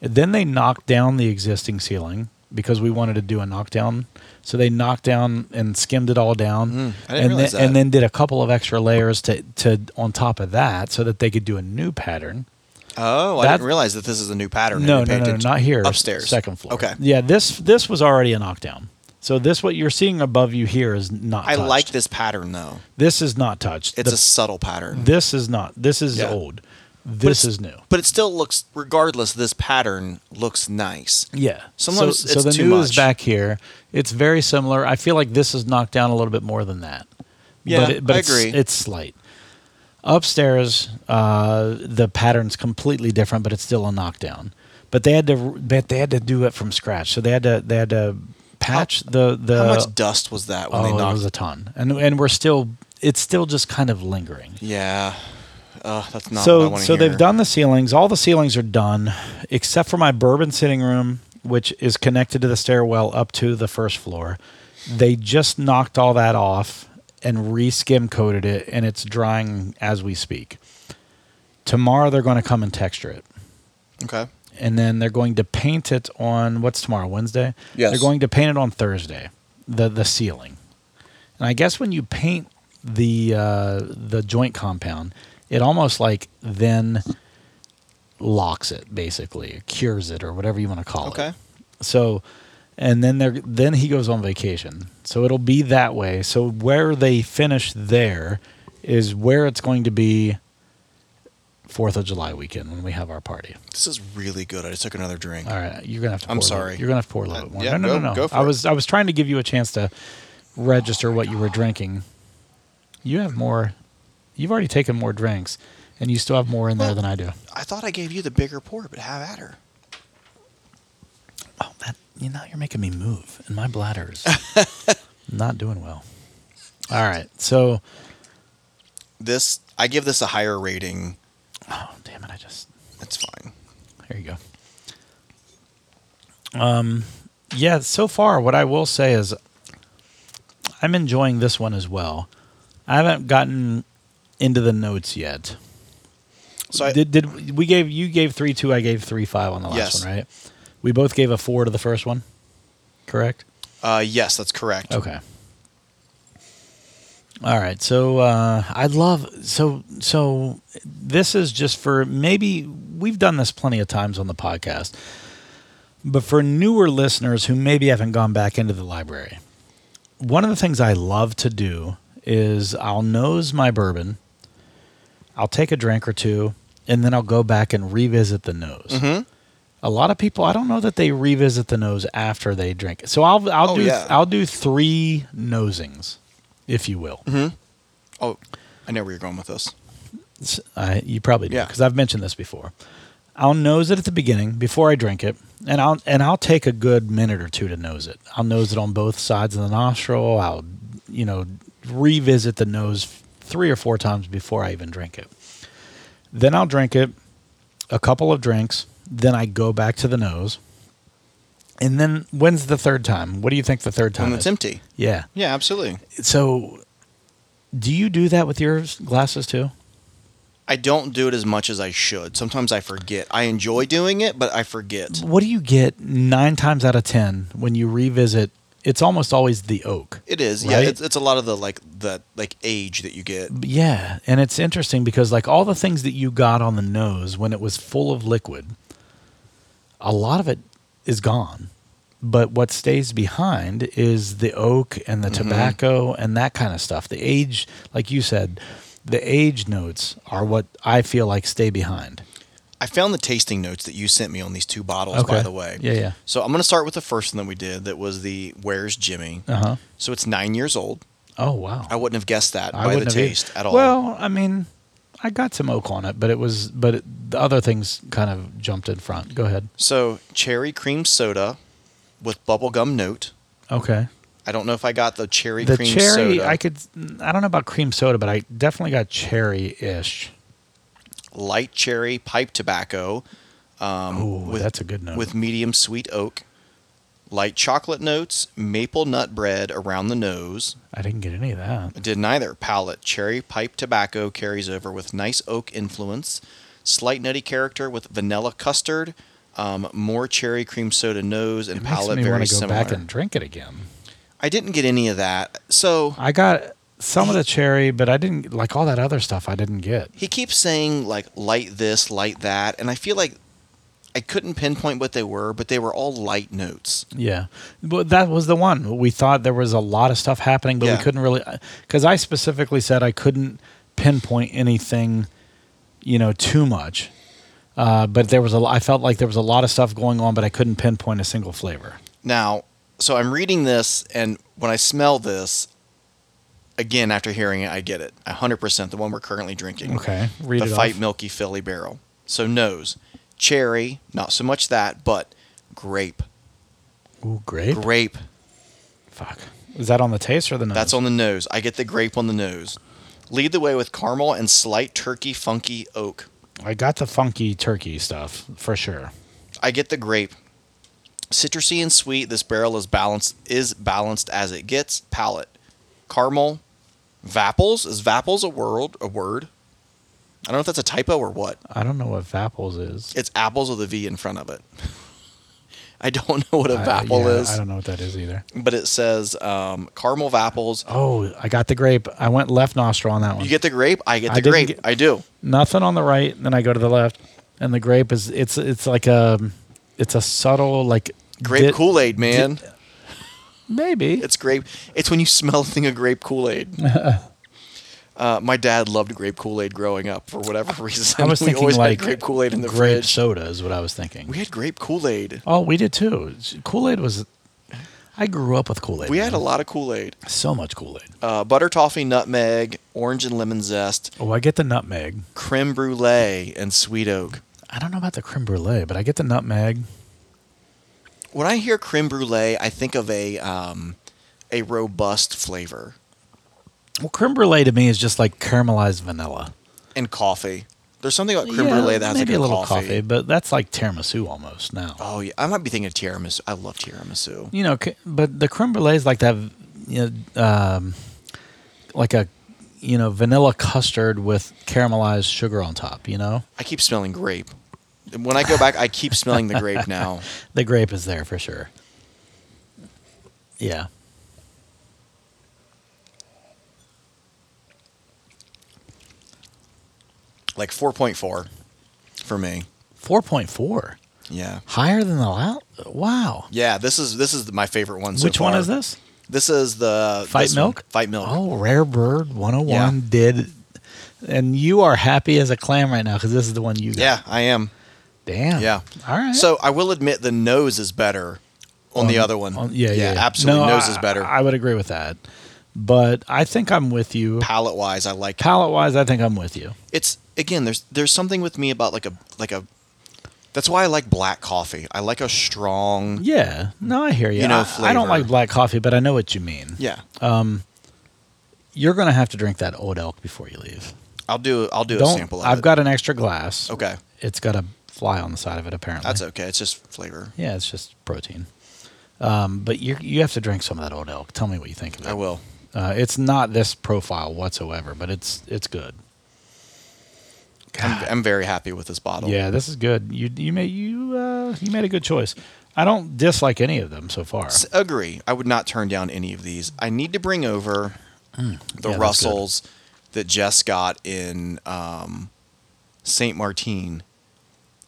Speaker 2: Then they knocked down the existing ceiling because we wanted to do a knockdown. So they knocked down and skimmed it all down,
Speaker 3: Mm, I didn't
Speaker 2: and,
Speaker 3: realize
Speaker 2: then, and
Speaker 3: that.
Speaker 2: then did a couple of extra layers to to on top of that, so that they could do a new pattern.
Speaker 3: Oh, I
Speaker 2: That's-
Speaker 3: didn't realize that this is a new pattern.
Speaker 2: No,
Speaker 3: that
Speaker 2: no,
Speaker 3: they
Speaker 2: no,
Speaker 3: painted
Speaker 2: not here.
Speaker 3: Upstairs,
Speaker 2: second floor.
Speaker 3: Okay.
Speaker 2: Yeah, this this was already a knockdown. So this what you're seeing above you here is not.
Speaker 3: I
Speaker 2: touched.
Speaker 3: like this pattern though.
Speaker 2: This is not touched.
Speaker 3: It's
Speaker 2: The-
Speaker 3: a subtle pattern,
Speaker 2: this is not. This is
Speaker 3: Yeah.
Speaker 2: old. This
Speaker 3: it's-
Speaker 2: is new.
Speaker 3: but it still looks. Regardless, this pattern looks nice.
Speaker 2: Yeah.
Speaker 3: Sometimes
Speaker 2: so,
Speaker 3: it's
Speaker 2: so the
Speaker 3: too
Speaker 2: new is
Speaker 3: much.
Speaker 2: back here. It's very similar. I feel like this is knocked down a little bit more than that.
Speaker 3: Yeah,
Speaker 2: but, it, but
Speaker 3: I
Speaker 2: it's,
Speaker 3: agree.
Speaker 2: It's slight. Upstairs, uh, the pattern's completely different, but it's still a knockdown. But they had to, but they had to do it from scratch. So they had to, they had to patch the the.
Speaker 3: How much dust was that when
Speaker 2: Uh, oh,
Speaker 3: they
Speaker 2: it
Speaker 3: knocked?
Speaker 2: was a ton, and and we're still, it's still just kind of lingering
Speaker 3: yeah, uh, that's not. what I
Speaker 2: so
Speaker 3: wanna
Speaker 2: so
Speaker 3: hear.
Speaker 2: they've done the ceilings all the ceilings are done except for my bourbon sitting room which is connected to the stairwell up to the first floor they just knocked all that off and re-skim coated it and it's drying as we speak tomorrow they're going to come and texture it
Speaker 3: Okay.
Speaker 2: and then they're going to paint it on what's tomorrow Wednesday.
Speaker 3: Yes.
Speaker 2: they're going to paint it on Thursday, the the ceiling. And I guess when you paint the uh, the joint compound, it almost like then locks it basically, or cures it or whatever you want to call it.
Speaker 3: Okay.
Speaker 2: So, and then they're then he goes on vacation. So it'll be that way. So where they finish there is where it's going to be Fourth of July weekend when we have our party.
Speaker 3: This is really good. I just took another drink.
Speaker 2: All right, you're gonna have to. Pour
Speaker 3: I'm
Speaker 2: a little-
Speaker 3: sorry.
Speaker 2: you're gonna have to pour a little bit more. no,
Speaker 3: yeah,
Speaker 2: no,
Speaker 3: go-
Speaker 2: no, no.
Speaker 3: go for
Speaker 2: I
Speaker 3: it.
Speaker 2: was I was trying to give you a chance to register what you were drinking. You have more. You've already taken more drinks, and you still have more in there
Speaker 3: Well-
Speaker 2: than I do.
Speaker 3: I thought I gave you the bigger pour, but have at her.
Speaker 2: Oh, that you know you're making me move, and my <laughs> bladder's not doing well. All right, so
Speaker 3: This I give this a higher rating.
Speaker 2: oh damn it, I just
Speaker 3: That's fine.
Speaker 2: There you go. Um, yeah, so far, what I will say is I'm enjoying this one as well. I haven't gotten into the notes yet.
Speaker 3: So I,
Speaker 2: did, did we gave you gave three two? I gave three five on the last
Speaker 3: Yes.
Speaker 2: one, right? We both gave a four to the first one, correct?
Speaker 3: uh, yes, that's correct.
Speaker 2: Okay. All right. So uh, I love so so this is just for maybe we've done this plenty of times on the podcast. But for newer listeners who maybe haven't gone back into the library, one of the things I love to do is I'll nose my bourbon, I'll take a drink or two, and then I'll go back and revisit the nose.
Speaker 3: Mhm.
Speaker 2: A lot of people, I don't know that they revisit the nose after they drink it. So I'll I'll
Speaker 3: Oh,
Speaker 2: do
Speaker 3: yeah.
Speaker 2: I'll do three nosings, if you will.
Speaker 3: Oh, I know where you're going with this.
Speaker 2: S- I, you probably do
Speaker 3: Yeah.
Speaker 2: because I've mentioned this before. I'll nose it at the beginning before I drink it, and I'll and I'll take a good minute or two to nose it. I'll nose it on both sides of the nostril. I'll you know revisit the nose three or four times before I even drink it. Then I'll drink it, a couple of drinks. Then I go back to the nose. And then when's the third time? What do you think the third time
Speaker 3: When
Speaker 2: is?
Speaker 3: it's empty.
Speaker 2: Yeah.
Speaker 3: Yeah, absolutely.
Speaker 2: So, do you do that with your glasses too?
Speaker 3: I don't do it as much as I should. Sometimes I forget. I enjoy doing it, but I forget.
Speaker 2: What do you get nine times out of ten when you revisit? It's almost always the oak.
Speaker 3: It is.
Speaker 2: Right?
Speaker 3: Yeah, it's, it's a lot of the like the like age that you get.
Speaker 2: Yeah, and it's interesting because like all the things that you got on the nose when it was full of liquid, a lot of it is gone. But what stays behind is the oak and the tobacco and that kind of stuff. The age, like you said, the age notes are what I feel like stay behind.
Speaker 3: I found the tasting notes that you sent me on these two bottles, by
Speaker 2: Okay.
Speaker 3: the way.
Speaker 2: Yeah, yeah.
Speaker 3: So I'm going to start with the first one that we did that was the Where's Jimmy?
Speaker 2: Uh huh.
Speaker 3: So it's nine years old.
Speaker 2: Oh wow.
Speaker 3: I wouldn't have guessed that by the
Speaker 2: wouldn't have either.
Speaker 3: taste at all.
Speaker 2: Well, I mean, I got some oak on it, but it was but it, the other things kind of jumped in front. Go ahead.
Speaker 3: so cherry cream soda with bubblegum note.
Speaker 2: Okay.
Speaker 3: I don't know if I got the cherry
Speaker 2: The
Speaker 3: cream
Speaker 2: cherry,
Speaker 3: soda.
Speaker 2: I could. I don't know about cream soda, but I definitely got cherry ish.
Speaker 3: light cherry pipe tobacco um,
Speaker 2: Ooh, that's a good note.
Speaker 3: with medium sweet oak, light chocolate notes, maple nut bread around the nose.
Speaker 2: I didn't get any of that.
Speaker 3: Did neither palate. Cherry pipe tobacco carries over with nice oak influence, slight nutty character with vanilla custard, um, more cherry cream soda nose and
Speaker 2: It makes
Speaker 3: palate
Speaker 2: me
Speaker 3: very
Speaker 2: want to go
Speaker 3: similar.
Speaker 2: back and drink it again.
Speaker 3: I didn't get any of that. So
Speaker 2: I got some of the cherry, but I didn't like all that other stuff. I didn't get.
Speaker 3: he keeps saying like light this, light that, and I feel like I couldn't pinpoint what they were, but they were all light notes.
Speaker 2: Yeah, but that was the one we thought there was a lot of stuff happening, but
Speaker 3: Yeah.
Speaker 2: we couldn't really because I specifically said I couldn't pinpoint anything, you know, too much. Uh, but there was a, I felt like there was a lot of stuff going on, but I couldn't pinpoint a single flavor.
Speaker 3: Now, so I'm reading this, and when I smell this, again after hearing it, I get it 100%. The one we're currently drinking.
Speaker 2: Okay, read
Speaker 3: the
Speaker 2: it
Speaker 3: Fight
Speaker 2: off.
Speaker 3: Milky Philly Barrel. So nose, cherry, not so much that, but grape,
Speaker 2: Ooh, grape.
Speaker 3: grape.
Speaker 2: Fuck, is that on the taste or the nose?
Speaker 3: That's on the nose. I get the grape on the nose. Lead the way with caramel and slight turkey, funky oak.
Speaker 2: I got the funky turkey stuff for sure.
Speaker 3: I get the grape. Citrusy and sweet. This barrel is balanced is balanced as it gets. Palate, caramel, vapples. Is vapples a word? A word? I don't know if that's a typo or what.
Speaker 2: I don't know what Vapples is.
Speaker 3: It's apples with a V in front of it. <laughs> I don't know what a
Speaker 2: I-
Speaker 3: vapple
Speaker 2: Uh, yeah, I
Speaker 3: is,
Speaker 2: don't know what that is either.
Speaker 3: but it says um, caramel vapples.
Speaker 2: Oh, I got the grape. I went left nostril on that one.
Speaker 3: You get the grape. I get
Speaker 2: I
Speaker 3: the
Speaker 2: didn't
Speaker 3: grape.
Speaker 2: get-
Speaker 3: I do.
Speaker 2: nothing on the right, then I go to the left, and the grape is it's it's like a it's a subtle like
Speaker 3: Grape
Speaker 2: dip-
Speaker 3: Kool Aid, man.
Speaker 2: maybe <laughs>
Speaker 3: It's grape. It's when you smell a thing of grape Kool Aid. Uh, my dad loved grape Kool Aid growing up for whatever <laughs> reason.
Speaker 2: I was
Speaker 3: we
Speaker 2: thinking
Speaker 3: always
Speaker 2: like
Speaker 3: had grape Kool Aid in the
Speaker 2: grape
Speaker 3: fridge.
Speaker 2: soda is what I was thinking.
Speaker 3: we had grape Kool Aid.
Speaker 2: oh, we did too. Kool Aid was. I grew up with Kool Aid.
Speaker 3: We had a lot of Kool Aid.
Speaker 2: so much Kool Aid.
Speaker 3: Uh, butter toffee, nutmeg, orange and lemon zest,
Speaker 2: Oh, I get the nutmeg.
Speaker 3: creme brulee, and sweet oak.
Speaker 2: I don't know about the creme brulee, but I get the nutmeg.
Speaker 3: When I hear creme brulee, I think of a um, a robust flavor
Speaker 2: Well, creme brulee to me is just like caramelized vanilla.
Speaker 3: and coffee. There's something about creme brulee that has
Speaker 2: maybe
Speaker 3: like
Speaker 2: a little coffee. but that's like tiramisu almost now.
Speaker 3: Oh yeah, I might be thinking of tiramisu. I love tiramisu.
Speaker 2: You know, c- but the creme brulee is like that, you know, um, like a, you know, vanilla custard with caramelized sugar on top. You know,
Speaker 3: I keep smelling grape. When I go back, I keep smelling the
Speaker 2: <laughs>
Speaker 3: grape now.
Speaker 2: the grape is there for sure. Yeah,
Speaker 3: Like 4.4 for me.
Speaker 2: four point four,
Speaker 3: Yeah.
Speaker 2: higher than the loud. Wow.
Speaker 3: Yeah, this is this is my favorite one so
Speaker 2: Which one
Speaker 3: far.
Speaker 2: is this?
Speaker 3: This is the
Speaker 2: Fight
Speaker 3: this one.
Speaker 2: milk.
Speaker 3: Fight milk.
Speaker 2: Oh, rare bird one hundred one
Speaker 3: Yeah.
Speaker 2: did, and you are happy as a clam right now because this is the one you got.
Speaker 3: Yeah, I am.
Speaker 2: Damn.
Speaker 3: Yeah.
Speaker 2: <laughs> All right. Um,
Speaker 3: So I will admit the nose is better on, the other one.
Speaker 2: On- yeah, yeah, yeah.
Speaker 3: Absolutely,
Speaker 2: No,
Speaker 3: nose
Speaker 2: I-
Speaker 3: is better.
Speaker 2: I would agree with that, but I think I'm with you.
Speaker 3: Palette wise, I like
Speaker 2: Palette wise, I think I'm with you.
Speaker 3: it's again. There's there's something with me about like a like a. That's why I like black coffee. I like a strong.
Speaker 2: Yeah. No, I hear you.
Speaker 3: You know,
Speaker 2: I, I don't
Speaker 3: flavor.
Speaker 2: like black coffee, but I know what you mean.
Speaker 3: Yeah,
Speaker 2: You're gonna have to drink that old elk before you leave.
Speaker 3: I'll do I'll do a
Speaker 2: Don't.
Speaker 3: sample. Of
Speaker 2: I've
Speaker 3: it.
Speaker 2: got an extra glass.
Speaker 3: Okay,
Speaker 2: It's got a fly on the side of it. Apparently.
Speaker 3: that's okay. It's just flavor.
Speaker 2: Yeah, it's just protein. Um, but you you have to drink some of that old elk. Tell me what you think of it.
Speaker 3: I will.
Speaker 2: Uh, it's not this profile whatsoever, but it's it's good.
Speaker 3: I'm, I'm very happy with this bottle.
Speaker 2: Yeah, this is good. You you made you uh, you made a good choice. I don't dislike any of them so far.
Speaker 3: S- agree. I would not turn down any of these. I need to bring over the
Speaker 2: Mm. yeah, that's
Speaker 3: Russells that Jess got in um, Saint Martin.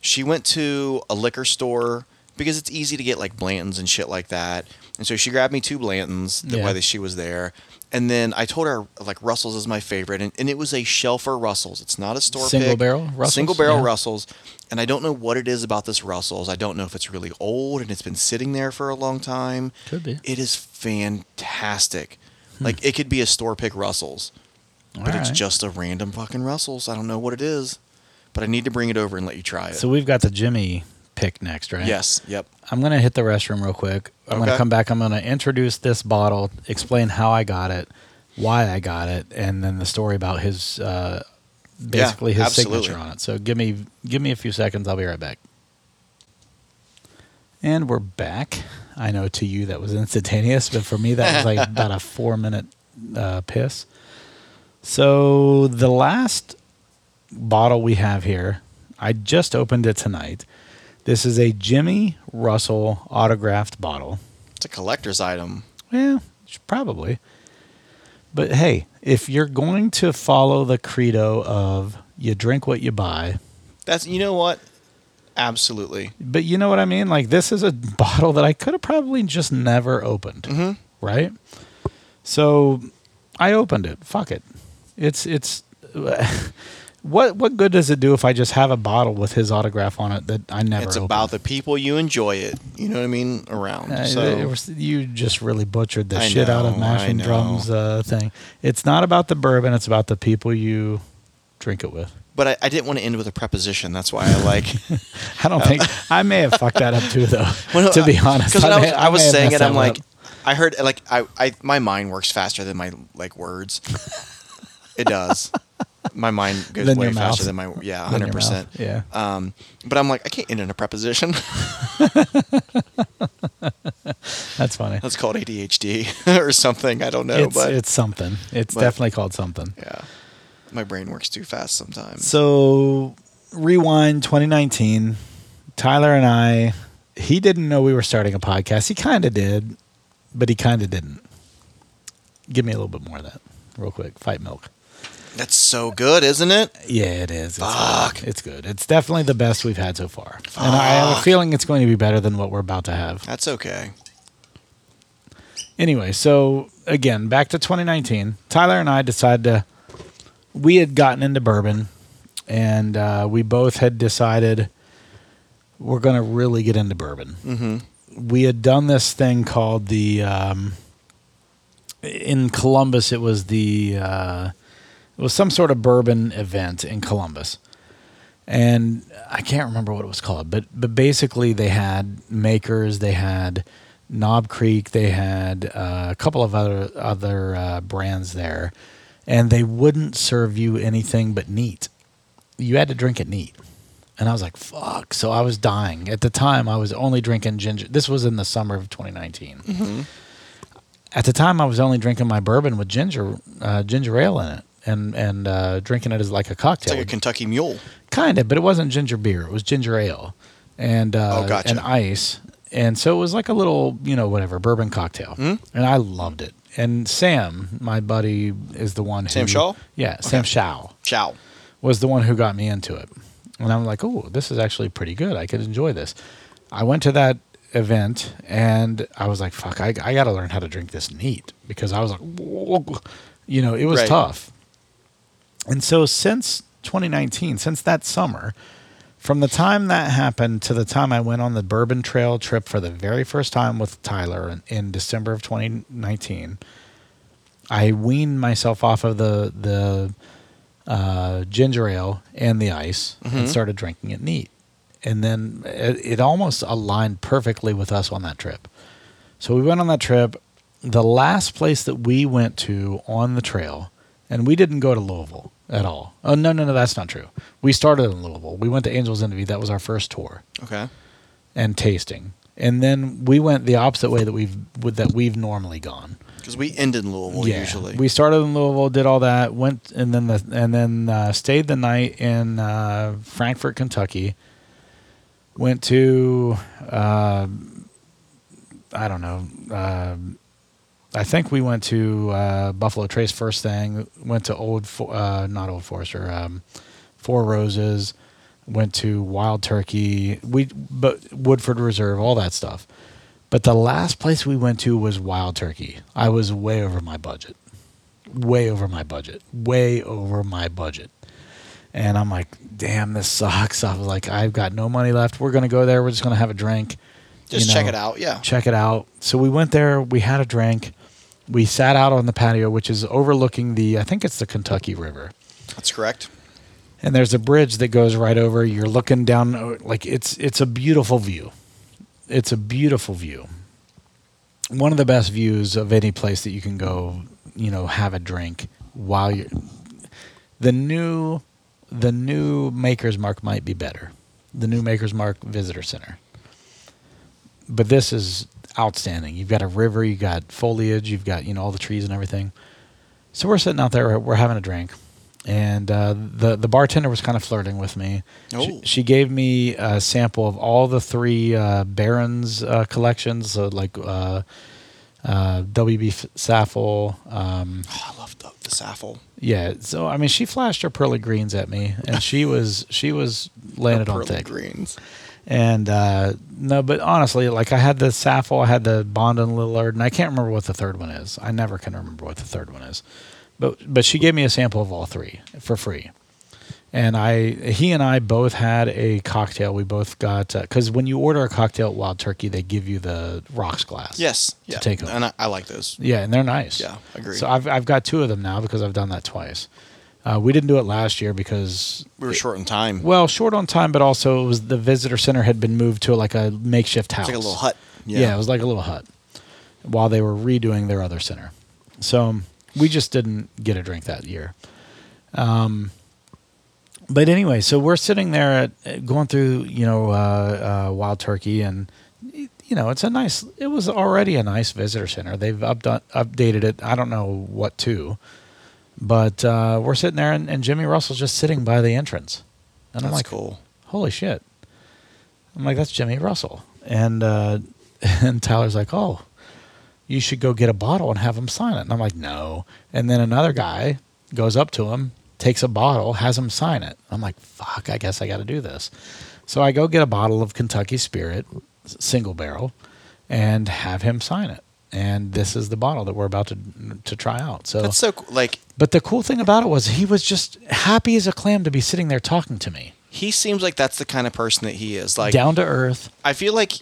Speaker 3: She went to a liquor store because it's easy to get like Blantons and shit like that. And so she grabbed me two Blantons the
Speaker 2: Yeah.
Speaker 3: way that she was there. And then I told her like Russells is my favorite, and, and it was a Shelfer Russells. It's not a store
Speaker 2: Single
Speaker 3: pick.
Speaker 2: barrel Russells?
Speaker 3: single barrel
Speaker 2: Yeah.
Speaker 3: Russells. And I don't know what it is about this Russells. I don't know if it's really old and it's been sitting there for a long time.
Speaker 2: Could be. Hmm.
Speaker 3: It is fantastic. Like it could be a store pick Russells,
Speaker 2: All
Speaker 3: but it's
Speaker 2: right.
Speaker 3: just a random fucking Russells. I don't know what it is, but I need to bring it over and let you try it.
Speaker 2: so we've got the Jimmy pick next, right?
Speaker 3: yes, yep.
Speaker 2: I'm gonna hit the restroom real quick. I'm gonna
Speaker 3: Okay.
Speaker 2: come back. I'm gonna introduce this bottle, explain how I got it, why I got it, and then the story about his uh, basically his
Speaker 3: absolutely.
Speaker 2: signature on it. So give me give me a few seconds. I'll be right back. And we're back. I know to you that was <laughs> instantaneous, but for me that was like about a four minute uh, piss. So the last bottle we have here, I just opened it tonight. This is a Jimmy Russell autographed bottle.
Speaker 3: It's a collector's item.
Speaker 2: Well, sh- probably. But hey, if you're going to follow the credo of you drink what you buy,
Speaker 3: That's you know what? Absolutely.
Speaker 2: but you know what I mean? Like this is a <laughs> bottle that I could have probably just never opened,
Speaker 3: Mhm.
Speaker 2: right? So I opened it. Fuck it. It's it's <laughs> what what good does it do if I just have a bottle with his autograph on it that I never
Speaker 3: It's
Speaker 2: open?
Speaker 3: about the people you enjoy it. You know what I mean? Around.
Speaker 2: Uh,
Speaker 3: so
Speaker 2: it was- you just really butchered the
Speaker 3: I
Speaker 2: shit out of
Speaker 3: know, I
Speaker 2: Mashing
Speaker 3: know.
Speaker 2: Drums uh, thing. It's not about the bourbon; it's about the people you drink it with.
Speaker 3: but I, I didn't want to end with a preposition. That's why I
Speaker 2: <laughs>
Speaker 3: like
Speaker 2: I don't think I may have fucked that up too, though.
Speaker 3: Oh. <laughs> Well,
Speaker 2: to be
Speaker 3: I-
Speaker 2: honest,
Speaker 3: when I was,
Speaker 2: may-
Speaker 3: I
Speaker 2: may
Speaker 3: was
Speaker 2: have
Speaker 3: saying
Speaker 2: messed
Speaker 3: it,
Speaker 2: that
Speaker 3: I'm
Speaker 2: one
Speaker 3: like,
Speaker 2: up.
Speaker 3: I heard like I, I my mind works faster than my like words. It does. my mind
Speaker 2: <laughs>
Speaker 3: goes
Speaker 2: Than
Speaker 3: way
Speaker 2: your mouth.
Speaker 3: faster than my yeah,
Speaker 2: Than your
Speaker 3: hundred percent.
Speaker 2: mouth, yeah.
Speaker 3: Um, but I'm like, I can't end in a preposition. <laughs>
Speaker 2: that's funny.
Speaker 3: That's called ADHD <laughs> or something. I don't know,
Speaker 2: it's
Speaker 3: but
Speaker 2: it's something. It's
Speaker 3: but-
Speaker 2: definitely called something.
Speaker 3: yeah, my brain works too fast sometimes.
Speaker 2: So, rewind 2019. Tyler and I, he didn't know we were starting a podcast. He kind of did, but he kind of didn't. Give me a little bit more of that, real quick. Fight milk.
Speaker 3: That's so good, isn't it?
Speaker 2: Yeah, it is. It's
Speaker 3: Fuck.
Speaker 2: Good. It's good. It's definitely the best we've had so far. And I have a feeling it's going to be better than what we're about to have.
Speaker 3: That's okay.
Speaker 2: Anyway, so again, back to 2019. Tyler and I decided to we had gotten into bourbon, and uh, we both had decided we're going to really get into bourbon.
Speaker 3: Mm-hmm.
Speaker 2: We had done this thing called the um, in Columbus. It was the uh, it was some sort of bourbon event in Columbus, and I can't remember what it was called. But but basically, they had makers. They had Knob Creek. They had uh, a couple of other other uh, brands there, and they wouldn't serve you anything but neat. You had to drink it neat, and I was like, "Fuck!" So I was dying at the time. I was only drinking ginger. This was in the summer of 2019.
Speaker 3: Mm-hmm.
Speaker 2: At the time, I was only drinking my bourbon with ginger uh, ginger ale in it, and and uh, drinking it as like a
Speaker 3: It's
Speaker 2: cocktail.
Speaker 3: like a Kentucky mule.
Speaker 2: Kind of, but it wasn't ginger beer. It was ginger ale and uh,
Speaker 3: Oh, gotcha.
Speaker 2: and ice. And so it was like a little, you know, whatever bourbon cocktail.
Speaker 3: Hmm?
Speaker 2: And I loved it. And Sam, my buddy, is the one. Who,
Speaker 3: Sam Shaw?
Speaker 2: Yeah, Sam Shaw
Speaker 3: Chow.
Speaker 2: was the one who got me into it. And I'm like, oh, this is actually pretty good. I could enjoy this. I went to that event and I was like, fuck, I, I got to learn how to drink this neat because I was like, whoa. you know, it was
Speaker 3: Right.
Speaker 2: tough. And so since 2019, since that summer, from the time that happened to the time I went on the Bourbon Trail trip for the very first time with Tyler in, in December of 2019, I weaned myself off of the the uh, ginger ale and the ice and started drinking it neat. And then it, it almost aligned perfectly with us on that trip. So we went on that trip. The last place that we went to on the trail, and we didn't go to Louisville at all. Oh no, no, no, that's not true. We started in Louisville. We went to Angels Envy. That was our first tour
Speaker 3: Okay.
Speaker 2: and tasting. And then we went the opposite way that we've that we've normally gone.
Speaker 3: Because we end in Louisville usually.
Speaker 2: We started in Louisville, did all that, went and then the and then uh, stayed the night in uh, Frankfort, Kentucky. Went to uh, I don't know. Uh, I think we went to uh, Buffalo Trace first thing. Went to Old Fo- uh, not Old Forester, um, Four Roses. Went to Wild Turkey. We but Woodford Reserve, all that stuff. But the last place we went to was Wild Turkey. I was way over my budget. Way over my budget. Way over my budget. And I'm like, damn, this sucks. I was like, I've got no money left. We're going to go there. We're just going to have a drink.
Speaker 3: Just
Speaker 2: you
Speaker 3: check
Speaker 2: know,
Speaker 3: it out. Yeah.
Speaker 2: Check it out. So we went there. We had a drink. We sat out on the patio, which is overlooking the, I think it's the Kentucky River
Speaker 3: That's correct.
Speaker 2: and there's a bridge that goes right over you're looking down uh, like it's it's a beautiful view it's a beautiful view one of the best views of any place that you can go you know have a drink while you're the new the new makers mark might be better the new makers mark visitor center but this is outstanding you've got a river you've got foliage you've got you know all the trees and everything so we're sitting out there, we're having a drink, and uh, the the bartender was kind of flirting with me.
Speaker 3: Oh.
Speaker 2: She, she gave me a sample of all the three uh, Barons uh, collections, so like uh, uh, WB F- Saffel. Um,
Speaker 3: Oh, I love the, the Saffle.
Speaker 2: yeah, so I mean, she flashed her pearly greens at me, and
Speaker 3: <laughs>
Speaker 2: she was she was laying it on
Speaker 3: Pearly
Speaker 2: thick.
Speaker 3: greens.
Speaker 2: And uh, no, but honestly, like I had the Saffel, I had the Bond and Lillard, and I can't remember what the third one is. I never can remember what the third one is. But but she gave me a sample of all three for free. And I, he and I both had a cocktail. We both got because when you order a cocktail at Wild Turkey, they give you the rocks glass.
Speaker 3: Yes. Yeah.
Speaker 2: take 'em.
Speaker 3: and I, I like those.
Speaker 2: Yeah, and they're nice.
Speaker 3: Yeah, agreed.
Speaker 2: So I've I've got two of them now because I've done that twice. Uh, we didn't do it last year because
Speaker 3: We were short on time.
Speaker 2: well, short on time, but also it was the visitor center had been moved to like a makeshift house.
Speaker 3: It's like a little hut.
Speaker 2: Yeah. it was like a little hut while they were redoing their other center. So um, we just didn't get a drink that year. Um, but anyway, so we're sitting there at- at going through, you know, uh, uh, Wild Turkey, and y- you know, it's a nice. It was already a nice visitor center. They've updo- updated it. I don't know what to, but uh, we're sitting there, and, and Jimmy Russell's just sitting by the entrance, and
Speaker 3: That's
Speaker 2: I'm like,
Speaker 3: cool.
Speaker 2: holy shit. I'm like, that's Jimmy Russell. And uh, <laughs> and Tyler's like, oh, you should go get a bottle and have him sign it. And I'm like, no. And then another guy goes up to him, takes a bottle, has him sign it. I'm like, fuck, I guess I got to do this. So I go get a bottle of Kentucky Spirit, s- single barrel, and have him sign it. and this is the bottle that we're about to to try out. So,
Speaker 3: That's so cool. Like
Speaker 2: but the cool thing about it was he was just happy as a clam to be sitting there talking to me,
Speaker 3: he seems like that's the kind of person that he is. Like
Speaker 2: down to earth.
Speaker 3: I feel like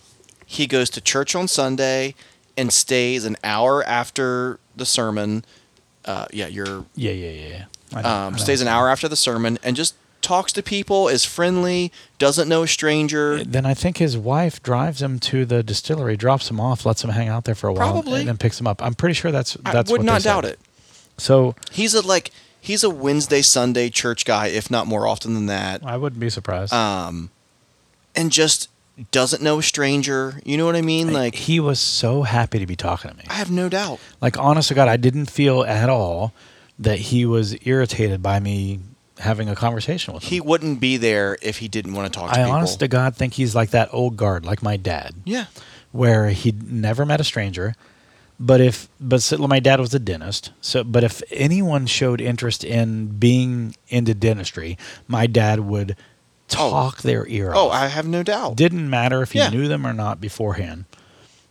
Speaker 3: he goes to church on Sunday and stays an hour after the sermon. Uh, yeah, you're
Speaker 2: Yeah, yeah, yeah. yeah. I know, I know.
Speaker 3: um, stays an hour after the sermon and just talks to people, is friendly, doesn't know a stranger.
Speaker 2: Then I think his wife drives him to the distillery, drops him off, lets him hang out there for a while,
Speaker 3: Probably.
Speaker 2: and then picks him up. I'm pretty sure that's
Speaker 3: I
Speaker 2: that's
Speaker 3: would
Speaker 2: what
Speaker 3: not
Speaker 2: they said.
Speaker 3: doubt it.
Speaker 2: So
Speaker 3: He's a like he's a Wednesday Sunday church guy, if not more often than that.
Speaker 2: I wouldn't be surprised.
Speaker 3: Um, and just doesn't know a stranger. You know what I mean? Like
Speaker 2: he was so happy to be talking to me.
Speaker 3: I have no doubt.
Speaker 2: Like honest to God, I didn't feel at all that he was irritated by me having a conversation with him.
Speaker 3: He wouldn't be there if he didn't want to talk to
Speaker 2: I
Speaker 3: people.
Speaker 2: honest to God think he's like that old guard, like my dad,
Speaker 3: yeah.
Speaker 2: where he never met a stranger. But if but so- my dad was a dentist, so but if anyone showed interest in being into dentistry, my dad would talk their ear
Speaker 3: Oh,
Speaker 2: off.
Speaker 3: I have no doubt.
Speaker 2: didn't matter if you
Speaker 3: Yeah.
Speaker 2: knew them or not beforehand.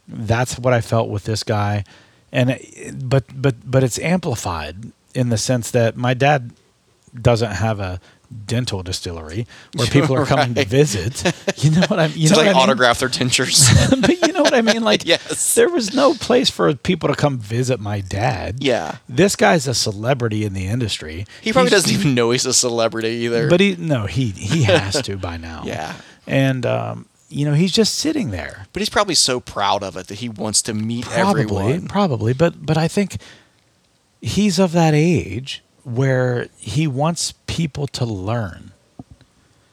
Speaker 2: That's what I felt with this guy, and it- but but but it's amplified in the sense that my dad doesn't have a dental distillery
Speaker 3: <laughs>
Speaker 2: where people are coming to
Speaker 3: Right.
Speaker 2: visit. <laughs> You know what I you
Speaker 3: to
Speaker 2: know
Speaker 3: like
Speaker 2: what I mean?
Speaker 3: autograph their
Speaker 2: <laughs>
Speaker 3: dentures.
Speaker 2: but you know what I mean? Like
Speaker 3: Yes.
Speaker 2: there was no place for people to come visit my dad.
Speaker 3: Yeah.
Speaker 2: This guy's a celebrity in the industry.
Speaker 3: he probably
Speaker 2: He's-
Speaker 3: doesn't even know he's a celebrity either.
Speaker 2: But he no, he he has to by now.
Speaker 3: <laughs> Yeah.
Speaker 2: And um, you know, he's just sitting there.
Speaker 3: But he's probably so proud of it that he wants to meet
Speaker 2: probably
Speaker 3: everyone.
Speaker 2: probably but but i think he's of that age where he wants people to learn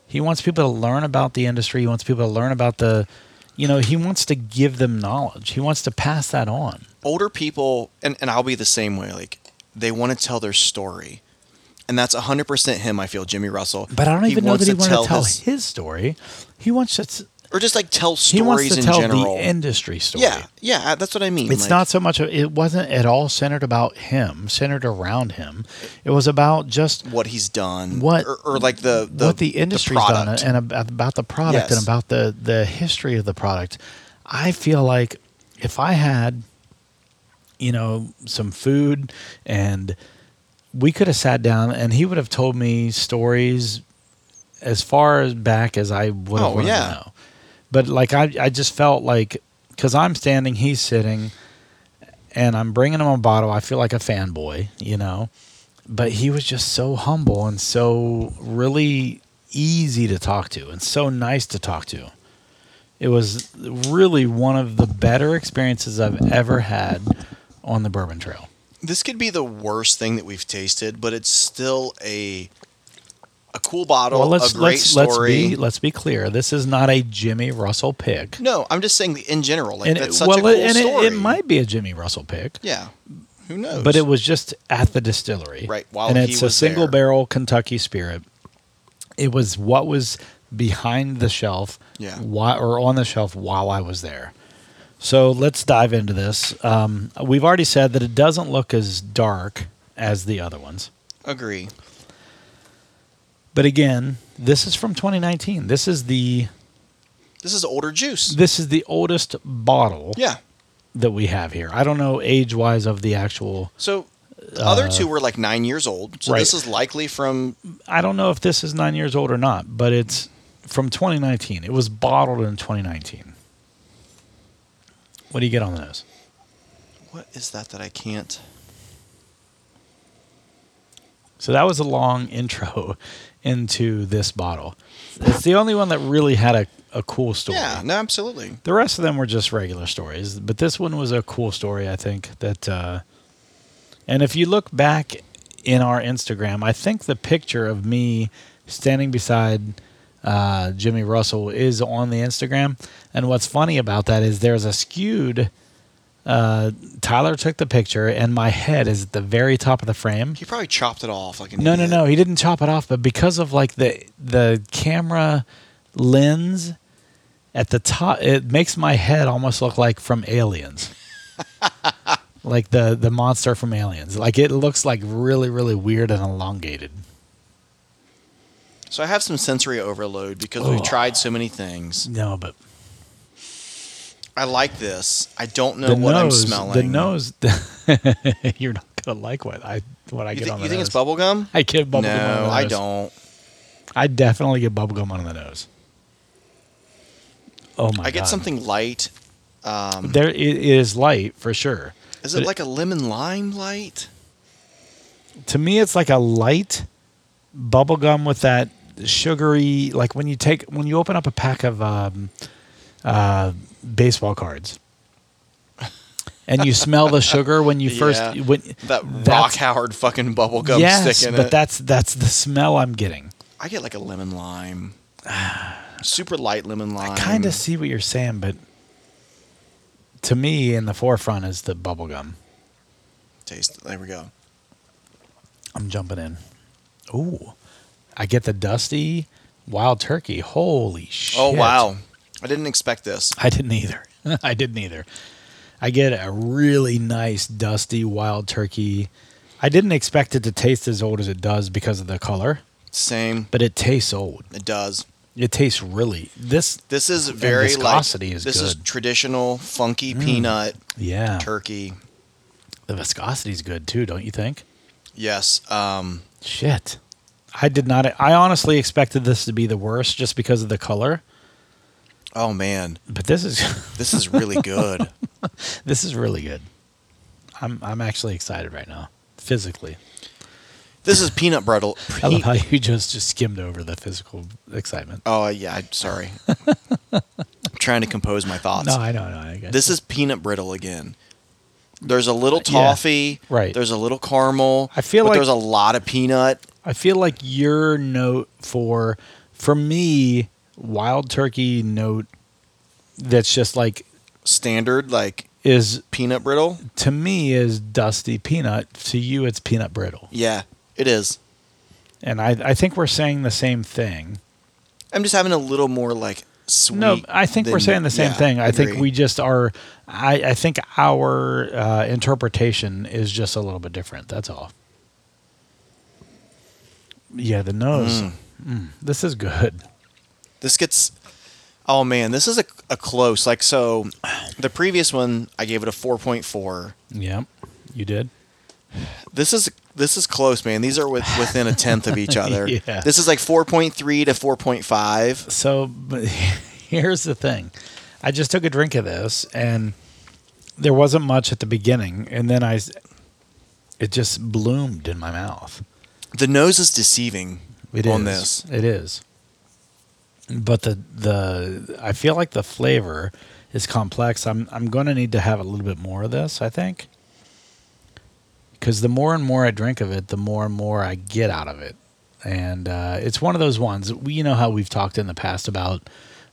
Speaker 2: he wants people to learn about the industry he wants people to learn about the you know he wants to give them knowledge he wants to pass that on
Speaker 3: Older people, and, and I'll be the same way, like they want to tell their story. And that's 100% him, I feel, Jimmy Russell.
Speaker 2: but i don't even know
Speaker 3: wants
Speaker 2: that he wants to tell
Speaker 3: his-
Speaker 2: his, story he wants to s-
Speaker 3: Or just like tell
Speaker 2: he
Speaker 3: stories
Speaker 2: wants to
Speaker 3: in
Speaker 2: tell
Speaker 3: general.
Speaker 2: the industry story
Speaker 3: yeah, yeah, uh, that's what I mean.
Speaker 2: It's
Speaker 3: like,
Speaker 2: not so much. It wasn't at all centered about him, centered around him. It was about just
Speaker 3: what he's done.
Speaker 2: What-
Speaker 3: or, or like the, the
Speaker 2: what the industry's done
Speaker 3: product.
Speaker 2: and ab- about the product
Speaker 3: Yes.
Speaker 2: and about the the history of the product. I feel like if I had, you know, some food and we could have sat down and he would have told me stories as far as back as I would have
Speaker 3: Oh,
Speaker 2: wanted
Speaker 3: yeah.
Speaker 2: to know. But like I, I just felt like because I'm standing, he's sitting, and I'm bringing him a bottle. I feel like a fanboy, you know. But he was just so humble and so really easy to talk to and so nice to talk to. It was really one of the better experiences I've ever had on the Bourbon Trail.
Speaker 3: this could be the worst thing that we've tasted, but it's still a a cool bottle,
Speaker 2: Well, let's
Speaker 3: a great
Speaker 2: let's let's
Speaker 3: story.
Speaker 2: be let's be clear. This is not a Jimmy Russell pick.
Speaker 3: no, I'm just saying the- in general, like
Speaker 2: and it,
Speaker 3: that's such
Speaker 2: well,
Speaker 3: a cool
Speaker 2: it- and it-
Speaker 3: story.
Speaker 2: It, might be a Jimmy Russell pick,
Speaker 3: yeah, who knows?
Speaker 2: but it was just at the distillery,
Speaker 3: Right, while
Speaker 2: and
Speaker 3: he
Speaker 2: it's a
Speaker 3: was
Speaker 2: single
Speaker 3: there.
Speaker 2: barrel Kentucky Spirit. It was what was behind the shelf,
Speaker 3: Yeah.
Speaker 2: whi- or on the shelf while I was there. So let's dive into this. Um, we've already said that it doesn't look as dark as the other ones.
Speaker 3: agree.
Speaker 2: But again, this is from 2019. This is the
Speaker 3: This is older juice.
Speaker 2: this is the oldest bottle
Speaker 3: yeah.
Speaker 2: that we have here. I don't know age wise of the actual.
Speaker 3: So the other two were like nine years old. So
Speaker 2: Uh, right.
Speaker 3: this is likely from
Speaker 2: I don't know if this is nine years old or not, but it's from 2019. It was bottled in 2019. What do you get on the nose?
Speaker 3: what is that that I can't?
Speaker 2: So that was a long <laughs> intro into this bottle. It's the only one that really had a, a cool story.
Speaker 3: Yeah, no, absolutely.
Speaker 2: The rest of them were just regular stories, but this one was a cool story, I think. That, uh, and if you look back in our Instagram, I think the picture of me standing beside uh, Jimmy Russell is on the Instagram. And what's funny about that is there's a skewed. Uh, Tyler took the picture, and my head is at the very top of the frame.
Speaker 3: He probably chopped it off like an
Speaker 2: No, no,
Speaker 3: idiot.
Speaker 2: no. He didn't chop it off, but because of like the the camera lens at the top, it makes my head almost look like from
Speaker 3: <laughs>
Speaker 2: Aliens, like the the monster from Aliens. Like it looks like really, really weird and elongated.
Speaker 3: So I have some sensory overload because we've
Speaker 2: Ugh.
Speaker 3: tried so many things.
Speaker 2: No, but
Speaker 3: I like this. I don't know
Speaker 2: the
Speaker 3: what
Speaker 2: nose,
Speaker 3: I'm smelling.
Speaker 2: the nose. <laughs> you're not gonna like what I what I
Speaker 3: You,
Speaker 2: get
Speaker 3: thi-
Speaker 2: on the
Speaker 3: you think it's
Speaker 2: nose.
Speaker 3: bubble gum?
Speaker 2: I get bubblegum.
Speaker 3: no,
Speaker 2: on the
Speaker 3: I
Speaker 2: nose. Oh
Speaker 3: don't.
Speaker 2: I definitely get bubblegum on the nose. Oh my!
Speaker 3: I get
Speaker 2: God.
Speaker 3: something light. Um,
Speaker 2: There, it is light for sure.
Speaker 3: is
Speaker 2: but
Speaker 3: it like a lemon lime light?
Speaker 2: to me it's like a light bubble gum with that sugary like when you take when you open up a pack of um, uh, baseball cards and you smell the sugar when
Speaker 3: <laughs>
Speaker 2: you first
Speaker 3: Yeah.
Speaker 2: when
Speaker 3: That Rock
Speaker 2: that's-
Speaker 3: Howard fucking bubble gum
Speaker 2: yes
Speaker 3: stick in
Speaker 2: but
Speaker 3: it.
Speaker 2: that's that's the smell i'm getting
Speaker 3: I get like a
Speaker 2: <sighs>
Speaker 3: lemon lime. Super light lemon lime.
Speaker 2: i kind of see what you're saying but to me in the forefront is the bubble gum
Speaker 3: taste. There we go.
Speaker 2: i'm jumping in ooh i get the dusty wild turkey holy shit
Speaker 3: Oh wow. I didn't expect this.
Speaker 2: <laughs> I didn't either. I didn't either. I get a really nice dusty wild turkey. I didn't expect it to taste as old as it does because of the color,
Speaker 3: Same.
Speaker 2: but it tastes old.
Speaker 3: It does.
Speaker 2: It tastes really this.
Speaker 3: This is very like
Speaker 2: viscosity is
Speaker 3: this is
Speaker 2: good. Mm.
Speaker 3: traditional funky peanut
Speaker 2: Yeah,
Speaker 3: turkey.
Speaker 2: the viscosity's good too, don't you think?
Speaker 3: Yes. Um,
Speaker 2: Shit, I did not. I honestly expected this to be the worst just because of the color,
Speaker 3: oh man,
Speaker 2: but this is <laughs>
Speaker 3: this is really good. <laughs>
Speaker 2: this is really good. I'm I'm actually excited right now, physically.
Speaker 3: this is peanut brittle.
Speaker 2: I love how <laughs> you just just skimmed over the physical excitement.
Speaker 3: oh yeah,
Speaker 2: <laughs>
Speaker 3: I'm sorry. I'm trying to compose my thoughts.
Speaker 2: No, I don't know. I guess
Speaker 3: Oh, This is peanut brittle again. There's a little
Speaker 2: Yeah.
Speaker 3: toffee.
Speaker 2: Right.
Speaker 3: There's a little caramel.
Speaker 2: I feel
Speaker 3: but
Speaker 2: like-
Speaker 3: there's a lot of peanut.
Speaker 2: I feel like your note for for me wild turkey note that's just like
Speaker 3: Standard like
Speaker 2: is
Speaker 3: peanut brittle.
Speaker 2: to me is dusty peanut to you it's peanut brittle
Speaker 3: Yeah, it is.
Speaker 2: and I I think we're saying the same thing.
Speaker 3: I'm just having a little more like sweet.
Speaker 2: No, I think we're
Speaker 3: than-
Speaker 2: saying the same
Speaker 3: yeah,
Speaker 2: thing. I think
Speaker 3: agree.
Speaker 2: we just are. I I think our uh, interpretation is just a little bit different. That's all. Yeah, the nose. Mm, this is good.
Speaker 3: this gets oh man this is a, a close like so the previous one i gave it a 4.4
Speaker 2: Yeah, you did.
Speaker 3: this is this is close man these are with, within a tenth of
Speaker 2: <laughs>
Speaker 3: each other
Speaker 2: Yeah.
Speaker 3: this is like 4.3 to 4.5
Speaker 2: So but <laughs> here's the thing. I just took a drink of this and there wasn't much at the beginning and then I s- it just bloomed in my mouth.
Speaker 3: the nose is deceiving
Speaker 2: It is.
Speaker 3: on this
Speaker 2: It is. But the the I feel like the flavor is complex. I'm I'm going to need to have a little bit more of this, I think. Cuz the more and more I drink of it, the more and more I get out of it. And uh, it's one of those ones. We you know how we've talked in the past about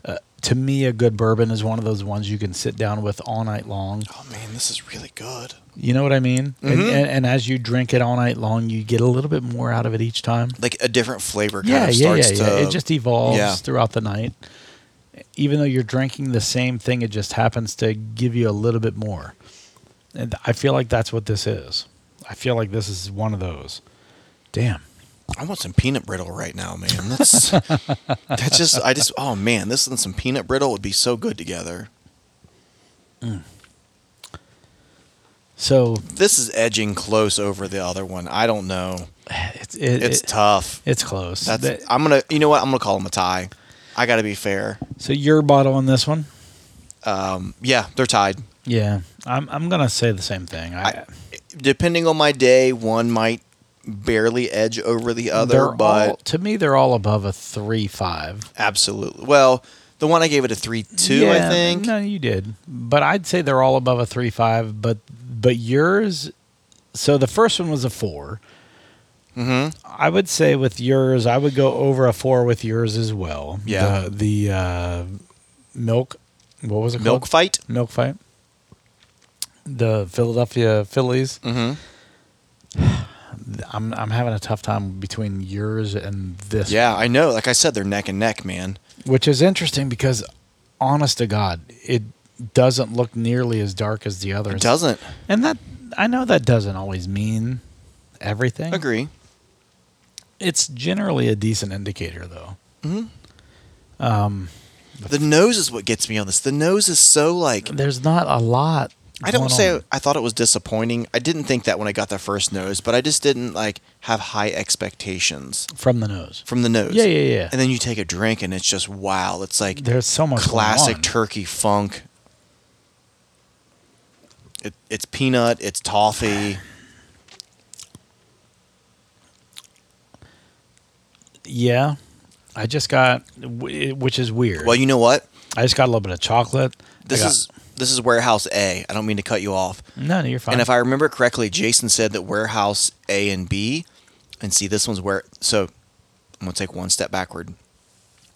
Speaker 2: uh, to me a good bourbon is one of those ones you can sit down with all night long.
Speaker 3: oh man this is really good
Speaker 2: You know what I mean? And,
Speaker 3: Mm-hmm.
Speaker 2: and and as you drink it all night long, you get a little bit more out of it each time
Speaker 3: like a different flavor kind
Speaker 2: yeah,
Speaker 3: of
Speaker 2: yeah, yeah,
Speaker 3: starts
Speaker 2: yeah.
Speaker 3: to
Speaker 2: It just e evolves
Speaker 3: yeah.
Speaker 2: throughout the night. Even though you're drinking the same thing, it just happens to give you a little bit more. And I feel like that's what this is. I feel like this is one of those. Damn.
Speaker 3: i want some peanut brittle right now man
Speaker 2: <laughs>
Speaker 3: that's that's just i just oh man this and some peanut brittle would be so good together
Speaker 2: So
Speaker 3: this is edging close over the other one i don't know
Speaker 2: it's it,
Speaker 3: It's
Speaker 2: it-
Speaker 3: tough.
Speaker 2: it's close.
Speaker 3: That's
Speaker 2: That-
Speaker 3: I'm gonna. You know what? I'm gonna call them a tie. I gotta be fair.
Speaker 2: so your bottle on this one?
Speaker 3: Um, yeah, they're tied.
Speaker 2: Yeah, I'm I'm gonna say the same thing. I,
Speaker 3: I, depending on my day, one might barely edge over the other,
Speaker 2: they're
Speaker 3: but
Speaker 2: all, to me they're all above a three five.
Speaker 3: absolutely. Well, the one I gave it a three two. I
Speaker 2: Yeah,
Speaker 3: think.
Speaker 2: No, you did. But I'd say they're all above a three five. But but yours. So the first one was a 4 Mm-hmm. I would say with yours, I would go over a four with yours as well.
Speaker 3: Yeah.
Speaker 2: The, the uh, milk. What was it called?
Speaker 3: Milk fight.
Speaker 2: Milk fight. The Philadelphia Phillies.
Speaker 3: Mm-hmm.
Speaker 2: I'm I'm having a tough time between yours and this.
Speaker 3: Yeah, I know. Like I said, they're neck and neck, man.
Speaker 2: which is interesting because, honest to God, it doesn't look nearly as dark as the others.
Speaker 3: It doesn't
Speaker 2: And that I know that doesn't always mean everything.
Speaker 3: agree.
Speaker 2: It's generally a decent indicator, though.
Speaker 3: Mhm.
Speaker 2: Um,
Speaker 3: The nose is what gets me on this. The nose is so like
Speaker 2: There's not a lot.
Speaker 3: I don't
Speaker 2: going
Speaker 3: say
Speaker 2: on.
Speaker 3: I thought it was disappointing. I didn't think that when I got the first nose, but I just didn't like have high expectations
Speaker 2: from the nose.
Speaker 3: from the nose.
Speaker 2: Yeah, yeah, yeah.
Speaker 3: And then you take a drink and it's just wow. It's like
Speaker 2: There's so much going
Speaker 3: classic
Speaker 2: on.
Speaker 3: turkey funk. It, it's peanut. It's toffee.
Speaker 2: Yeah, I just got, wh- which is weird.
Speaker 3: Well, you know what?
Speaker 2: I just got a little bit of chocolate. I
Speaker 3: This
Speaker 2: got-
Speaker 3: is this is warehouse A. I don't mean to cut you off.
Speaker 2: no, no, you're fine.
Speaker 3: And if I remember correctly, Jason said that warehouse A and B, and see this one's where. So I'm gonna take one step backward.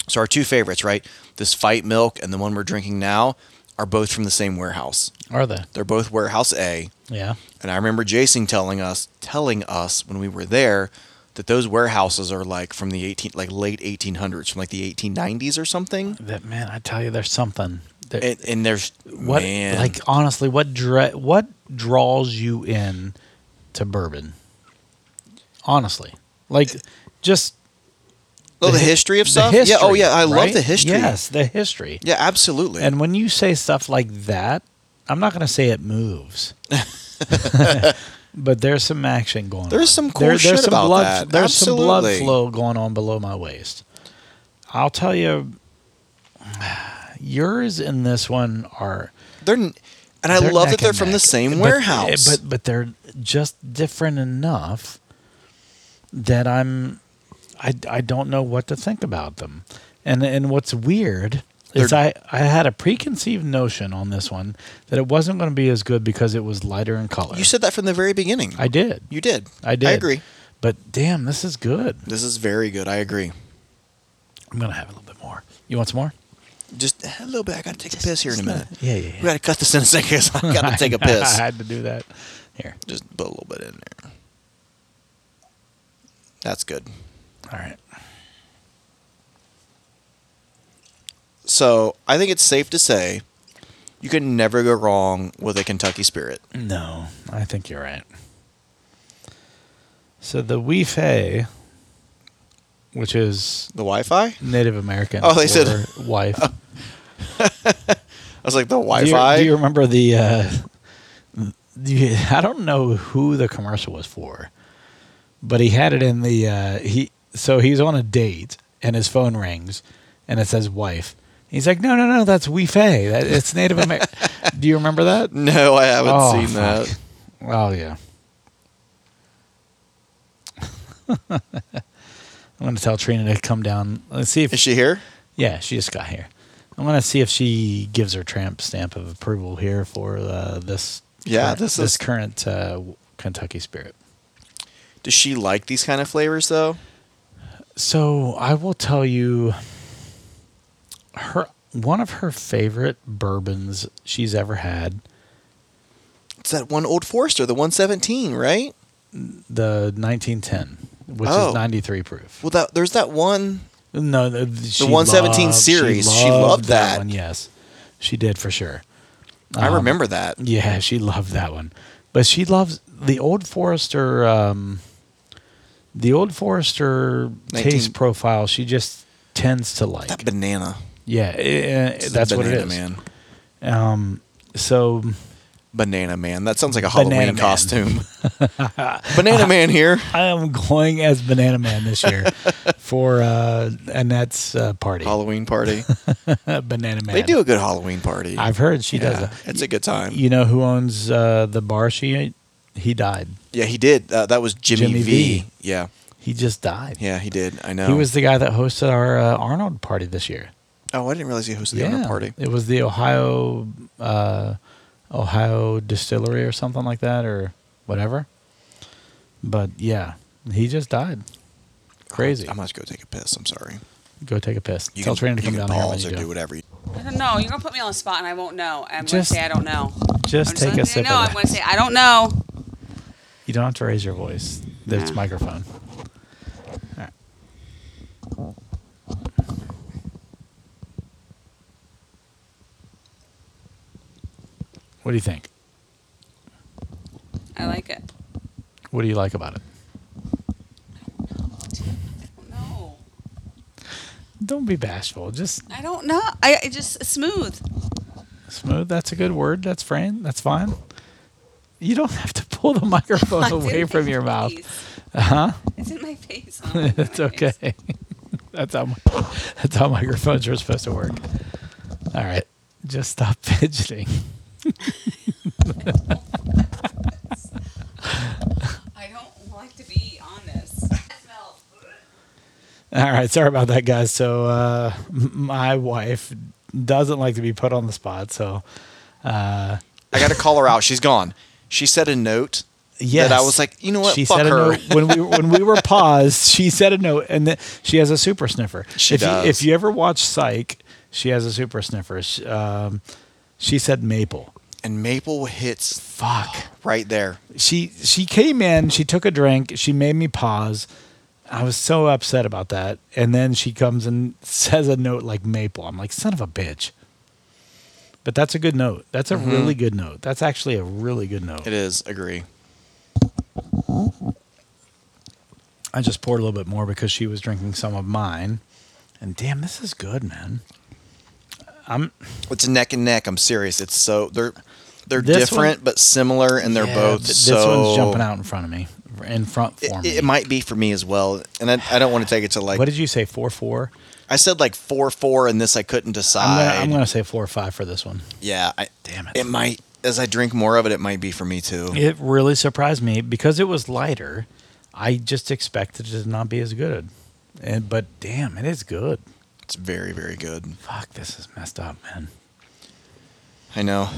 Speaker 3: So our two favorites, right? This fight milk and the one we're drinking now, are both from the same warehouse.
Speaker 2: are they?
Speaker 3: They're both warehouse A.
Speaker 2: Yeah.
Speaker 3: And I remember Jason telling us telling us when we were there that those warehouses are like from the 18 like late 1800s from like the 1890s or something.
Speaker 2: That man, I tell you, there's something. There,
Speaker 3: And, and there's
Speaker 2: what,
Speaker 3: man,
Speaker 2: like, honestly, what dra- what draws you in to bourbon? Honestly, like, just
Speaker 3: oh, the
Speaker 2: hi-
Speaker 3: history of
Speaker 2: the
Speaker 3: stuff.
Speaker 2: history,
Speaker 3: yeah, oh yeah, I love
Speaker 2: right?
Speaker 3: the history.
Speaker 2: Yes, the history.
Speaker 3: Yeah, absolutely.
Speaker 2: And when you say stuff like that, I'm not going to say it
Speaker 3: <laughs>
Speaker 2: moves. but there's some action going on.
Speaker 3: There's some cool
Speaker 2: there's
Speaker 3: shit
Speaker 2: some
Speaker 3: about
Speaker 2: blood,
Speaker 3: that.
Speaker 2: There's some blood
Speaker 3: Absolutely.
Speaker 2: flow going on below my waist. I'll tell you, <sighs> yours and this one are.
Speaker 3: They're n- and I
Speaker 2: they're
Speaker 3: love
Speaker 2: neck
Speaker 3: that they're
Speaker 2: and
Speaker 3: from the
Speaker 2: neck.
Speaker 3: same
Speaker 2: But- eh,
Speaker 3: warehouse.
Speaker 2: But but they're just different enough that I'm I, I don't know what to think about them. And and what's weird is I, I had a preconceived notion on this one that it wasn't going to be as good because it was lighter in color.
Speaker 3: you said that from the very beginning.
Speaker 2: I did.
Speaker 3: you did.
Speaker 2: I did.
Speaker 3: I agree.
Speaker 2: But damn, this is good.
Speaker 3: This is very good. I agree.
Speaker 2: I'm going to have a little bit more. You want some more?
Speaker 3: Just a little bit. I gotta take a piss here in a minute.
Speaker 2: Yeah, yeah,
Speaker 3: We
Speaker 2: yeah.
Speaker 3: gotta cut this in a second. 'cause I gotta take a
Speaker 2: <laughs>
Speaker 3: piss.
Speaker 2: I had to do that. Here.
Speaker 3: Just put a little bit in there. That's good.
Speaker 2: All right.
Speaker 3: So I think it's safe to say you can never go wrong with a Kentucky Spirit.
Speaker 2: No, I think you're right. So the Wife, which is
Speaker 3: The Wi-Fi? I
Speaker 2: Native American.
Speaker 3: Oh, they said- <laughs>
Speaker 2: for wife.
Speaker 3: was like
Speaker 2: Do
Speaker 3: the
Speaker 2: you-
Speaker 3: Wi-Fi.
Speaker 2: Do you, remember the? Uh, do you- I don't know who the commercial was for, but he had it in the uh, he. So he's on a date and his phone rings, and it says wife. He's like, no, no, no, that's Wife. That it's Native
Speaker 3: <laughs>
Speaker 2: American. do you remember that?
Speaker 3: <laughs> no, I haven't
Speaker 2: Oh,
Speaker 3: seen
Speaker 2: fuck.
Speaker 3: that.
Speaker 2: Oh yeah. <laughs> I'm gonna tell Trina to come down. Let's see if
Speaker 3: Is she here?
Speaker 2: yeah, she just got here. I'm gonna see if she gives her tramp stamp of approval here for uh, this.
Speaker 3: Yeah,
Speaker 2: current,
Speaker 3: this is-
Speaker 2: current uh, w- Kentucky Spirit.
Speaker 3: Does she like these kind of flavors though?
Speaker 2: So I will tell you, her one of her favorite bourbons she's ever had,
Speaker 3: It's that one Old Forester, the 117, right?
Speaker 2: the 1910, which
Speaker 3: Oh.
Speaker 2: is 93 proof.
Speaker 3: Well, that there's that one.
Speaker 2: No, the, she
Speaker 3: 117
Speaker 2: loved-
Speaker 3: series, she loved that.
Speaker 2: one. Yes, she did for sure.
Speaker 3: I
Speaker 2: Um,
Speaker 3: remember that.
Speaker 2: Yeah, she loved that one, but she loves the Old Forester. Um, the Old Forester
Speaker 3: 19
Speaker 2: taste profile. She just tends to like.
Speaker 3: That banana.
Speaker 2: yeah, eh, eh,
Speaker 3: It's
Speaker 2: that's
Speaker 3: the
Speaker 2: what it
Speaker 3: banana
Speaker 2: is.
Speaker 3: man.
Speaker 2: Um, so
Speaker 3: Banana man. That sounds like a
Speaker 2: Banana
Speaker 3: Halloween
Speaker 2: man. <laughs>
Speaker 3: costume. banana man here.
Speaker 2: I am going as Banana Man this
Speaker 3: <laughs>
Speaker 2: year for uh, Annette's uh, party.
Speaker 3: Halloween party.
Speaker 2: <laughs> Banana Man.
Speaker 3: They do a good Halloween party.
Speaker 2: I've heard she does.
Speaker 3: Yeah,
Speaker 2: that.
Speaker 3: it's a good time.
Speaker 2: You know who owns uh, the bar she ate? He died.
Speaker 3: Yeah, he did. Uh, that was Jimmy,
Speaker 2: Jimmy
Speaker 3: v.
Speaker 2: V.
Speaker 3: Yeah,
Speaker 2: He just died.
Speaker 3: yeah, he did. I know.
Speaker 2: He was the guy that hosted our uh, Arnold party this year.
Speaker 3: Oh, I didn't realize he hosted the honor party.
Speaker 2: It was the Ohio uh, Ohio distillery or something like that or whatever. But yeah, he just died. Crazy.
Speaker 3: I must go take a piss. Oh, I'm sorry.
Speaker 2: Go take a piss.
Speaker 3: You
Speaker 2: Tell Trina
Speaker 3: can,
Speaker 2: to
Speaker 3: you
Speaker 2: come
Speaker 3: can
Speaker 2: down here when
Speaker 3: pause
Speaker 2: you
Speaker 3: or do
Speaker 2: do.
Speaker 3: whatever. You,
Speaker 4: I don't know. You're gonna put me on the spot, and I won't know. I'm
Speaker 2: Just-
Speaker 4: gonna say I don't know.
Speaker 2: Just
Speaker 4: I'm
Speaker 2: take
Speaker 4: gonna
Speaker 2: a
Speaker 4: say
Speaker 2: sip
Speaker 4: No,
Speaker 2: of
Speaker 4: I'm
Speaker 2: that.
Speaker 4: gonna say I don't know.
Speaker 2: You don't have to raise your voice. There's
Speaker 4: Yeah.
Speaker 2: microphone. What do you think?
Speaker 4: I like it.
Speaker 2: What do you like about it?
Speaker 4: No.
Speaker 2: don't be bashful. Just
Speaker 4: I don't know. I it
Speaker 2: <laughs>
Speaker 4: just smooth.
Speaker 2: smooth. That's a good word. That's fine. That's fine. You don't have to pull the <laughs> microphone
Speaker 4: <laughs> It's in
Speaker 2: away
Speaker 4: my
Speaker 2: from your mouth.
Speaker 4: face.
Speaker 2: Huh?
Speaker 4: It's in
Speaker 2: <laughs>
Speaker 4: my face. Oh,
Speaker 2: It's okay. <laughs> that's how mi- <laughs> that's how microphones are supposed to work. All right, just stop <laughs> fidgeting.
Speaker 4: I don't like to be on this.
Speaker 2: All right, sorry about that, guys. So uh, m- my wife doesn't like to be put on the spot. So
Speaker 3: I got to call her out. She's gone. She said a note.
Speaker 2: yes,
Speaker 3: That I was like, you know what?
Speaker 2: She
Speaker 3: Fuck
Speaker 2: said
Speaker 3: her.
Speaker 2: a note when we when we were paused. <laughs> She said a note, and then she has a super sniffer.
Speaker 3: She
Speaker 2: if
Speaker 3: does.
Speaker 2: You, if you ever watch Psych, she has a super sniffer. She, um, she said maple.
Speaker 3: And Maple hits
Speaker 2: Fuck.
Speaker 3: right there.
Speaker 2: she she came in, she took a drink, she made me pause. I was so upset about that. And then she comes and <laughs> says a note like maple. I'm like, son of a bitch. But that's a good note. That's a really good note. That's actually a really good note.
Speaker 3: Mm-hmm. It is. Agree.
Speaker 2: I just poured a little bit more because she was drinking some of mine. And damn, this is good, man.
Speaker 3: It's neck and neck. I'm serious. It's so they're they're
Speaker 2: This one-
Speaker 3: different but similar, and they're
Speaker 2: Yeah,
Speaker 3: both
Speaker 2: th- This
Speaker 3: so.
Speaker 2: one's jumping out in front of me, in front for
Speaker 3: It,
Speaker 2: me.
Speaker 3: it might be for me as well, and I, I don't want to take it to like
Speaker 2: what did you say? Four four.
Speaker 3: I said like four four, and this I couldn't
Speaker 2: I'm
Speaker 3: decide.
Speaker 2: gonna, I'm gonna say four five for this one.
Speaker 3: yeah, I,
Speaker 2: Damn it.
Speaker 3: It might as I drink more of it, it might be for me too.
Speaker 2: It really surprised me because it was lighter. I just expected it to not be as good, and but damn, it is good.
Speaker 3: It's very very good.
Speaker 2: Fuck, this is messed up, man.
Speaker 3: I know.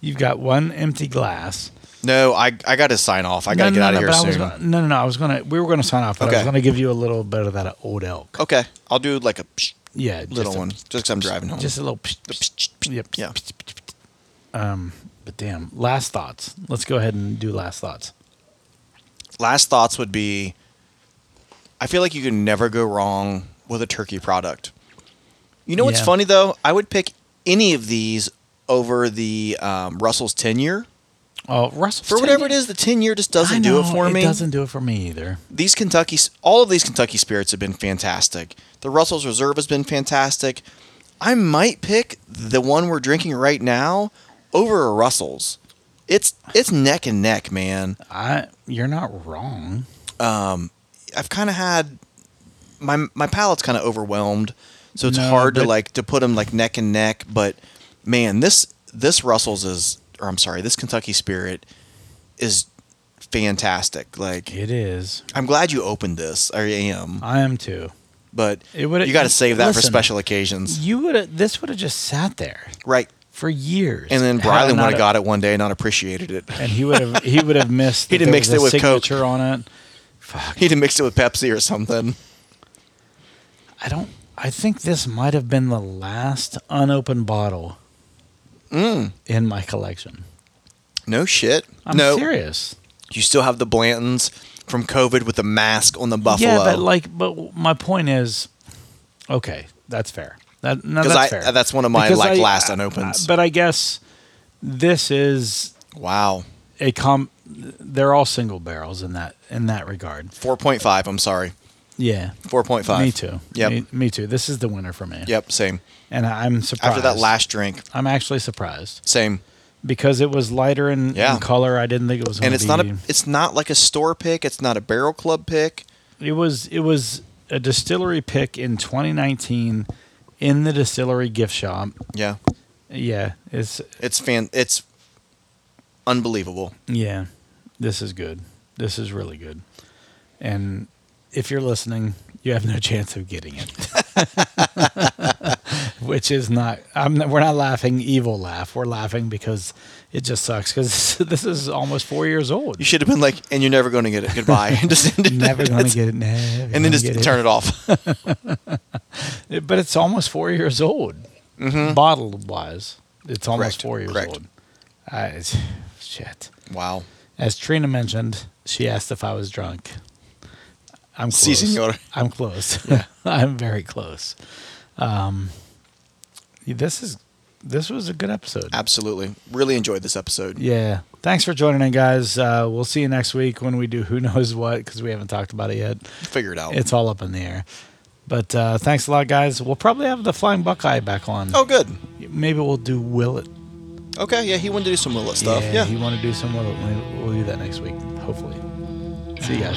Speaker 2: You've got one empty glass.
Speaker 3: No, I I got to sign off. I got to
Speaker 2: no,
Speaker 3: get
Speaker 2: no,
Speaker 3: out
Speaker 2: no,
Speaker 3: of
Speaker 2: but I
Speaker 3: here
Speaker 2: was
Speaker 3: soon.
Speaker 2: gonna- no, no, no. I was gonna. We were gonna sign off, but I was
Speaker 3: Okay.
Speaker 2: gonna give you a little bit of that uh, old elk.
Speaker 3: Okay, I'll do like a psh,
Speaker 2: Yeah, just
Speaker 3: little
Speaker 2: a-
Speaker 3: one, just 'cause I'm driving home.
Speaker 2: Just a little. Psh,
Speaker 3: The
Speaker 2: psh,
Speaker 3: psh, psh,
Speaker 2: yep.
Speaker 3: yeah.
Speaker 2: But damn, last thoughts. Let's go ahead and do last thoughts.
Speaker 3: Last thoughts would be, I feel like you can never go wrong with a turkey product. You know what's
Speaker 2: Yeah.
Speaker 3: funny though? I would pick any of these over the um, Russell's ten year
Speaker 2: Oh, Russell,
Speaker 3: for whatever it is. The ten year just doesn't do it for me.
Speaker 2: It doesn't do it for me either.
Speaker 3: these Kentucky, all of these Kentucky spirits have been fantastic. The Russell's Reserve has been fantastic. I might pick the one we're drinking right now over a Russell's. It's it's neck and neck, man.
Speaker 2: I, you're not wrong.
Speaker 3: I've kind of had my my palate's kind of overwhelmed, so it's
Speaker 2: No,
Speaker 3: hard to
Speaker 2: but-
Speaker 3: like to put them like neck and neck. But man, this this Russell's is, or I'm sorry, this Kentucky Spirit is fantastic. Like
Speaker 2: It is.
Speaker 3: I'm glad you opened this. I am.
Speaker 2: I am too.
Speaker 3: but
Speaker 2: Uh, It would-
Speaker 3: you got to save that for
Speaker 2: listen.
Speaker 3: special occasions,
Speaker 2: You would have. This would have just sat there
Speaker 3: right?
Speaker 2: for years,
Speaker 3: And then
Speaker 2: had I
Speaker 3: Brylan
Speaker 2: not
Speaker 3: would have got it one day and not appreciated it. <laughs>
Speaker 2: And he would have. He would have missed.
Speaker 3: He'd
Speaker 2: that
Speaker 3: have
Speaker 2: there
Speaker 3: mixed
Speaker 2: was a
Speaker 3: it with Coke.
Speaker 2: signature on it.
Speaker 3: He'd have mixed it with Pepsi or something.
Speaker 2: I don't. I think this might have been the last unopened bottle
Speaker 3: Mm.
Speaker 2: in my collection.
Speaker 3: No shit.
Speaker 2: I'm
Speaker 3: no,
Speaker 2: serious.
Speaker 3: you still have the Blantons from COVID with the mask on the buffalo.
Speaker 2: Yeah, but like, but my point is, okay, that's fair. That, no,
Speaker 3: 'Cause
Speaker 2: that's
Speaker 3: I- uh,
Speaker 2: fair.
Speaker 3: that's one of my,
Speaker 2: Because
Speaker 3: like,
Speaker 2: I-
Speaker 3: last
Speaker 2: I-
Speaker 3: unopens.
Speaker 2: but I guess this is
Speaker 3: wow,
Speaker 2: a com. They're all single barrels in that in that regard.
Speaker 3: four point five. I'm sorry,
Speaker 2: Yeah.
Speaker 3: four point five.
Speaker 2: Me too.
Speaker 3: Yep.
Speaker 2: Me, me too. This is the winner for me.
Speaker 3: Yep. Same.
Speaker 2: And I- I'm surprised.
Speaker 3: After that last drink,
Speaker 2: I'm actually surprised
Speaker 3: same.
Speaker 2: because it was lighter in, in
Speaker 3: Yeah.
Speaker 2: color. I didn't think it was.
Speaker 3: And
Speaker 2: gonna
Speaker 3: it's not
Speaker 2: be-
Speaker 3: a. It's not like a store pick. It's not a barrel club pick.
Speaker 2: It was. It was a distillery pick in 2019 in the distillery gift shop.
Speaker 3: Yeah.
Speaker 2: Yeah. It's.
Speaker 3: It's fan. It's unbelievable.
Speaker 2: Yeah. This is good. This is really good. And if you're listening, you have no <laughs> chance of getting it. <laughs> Which is not. I'm. Not, we're not laughing evil laugh. We're laughing because it just sucks. Because <laughs> this is almost four years old.
Speaker 3: You should have been like, and you're never going to get it. Goodbye. <laughs> and just end it.
Speaker 2: <laughs> never gonna get it. Never
Speaker 3: <laughs> and then just turn
Speaker 2: <laughs>
Speaker 3: it off.
Speaker 2: It, but it's almost four years old, bottle wise. It's almost
Speaker 3: Mm-hmm. Correct,
Speaker 2: four years
Speaker 3: correct.
Speaker 2: old. I, it's- shit.
Speaker 3: wow.
Speaker 2: As Trina mentioned, she asked if I was drunk. I'm
Speaker 3: Si,
Speaker 2: close.
Speaker 3: senor.
Speaker 2: I'm close.
Speaker 3: <laughs>
Speaker 2: <laughs> I'm very close. Um, this is this was a good episode.
Speaker 3: Absolutely. Really enjoyed this episode.
Speaker 2: Yeah. Thanks for joining in, guys. Uh, we'll see you <laughs> next week when we do who knows what because we haven't talked about it yet.
Speaker 3: Figure it out.
Speaker 2: It's all up in the air.
Speaker 5: But uh, thanks a lot, guys. We'll probably have the Flying Buckeye back on.
Speaker 3: Oh, good.
Speaker 5: Maybe we'll do Will It
Speaker 3: Okay, yeah, he wanted to do some Willet stuff. Yeah.
Speaker 5: you want to do some Will It? We'll- We'll do that next week, hopefully. See you guys.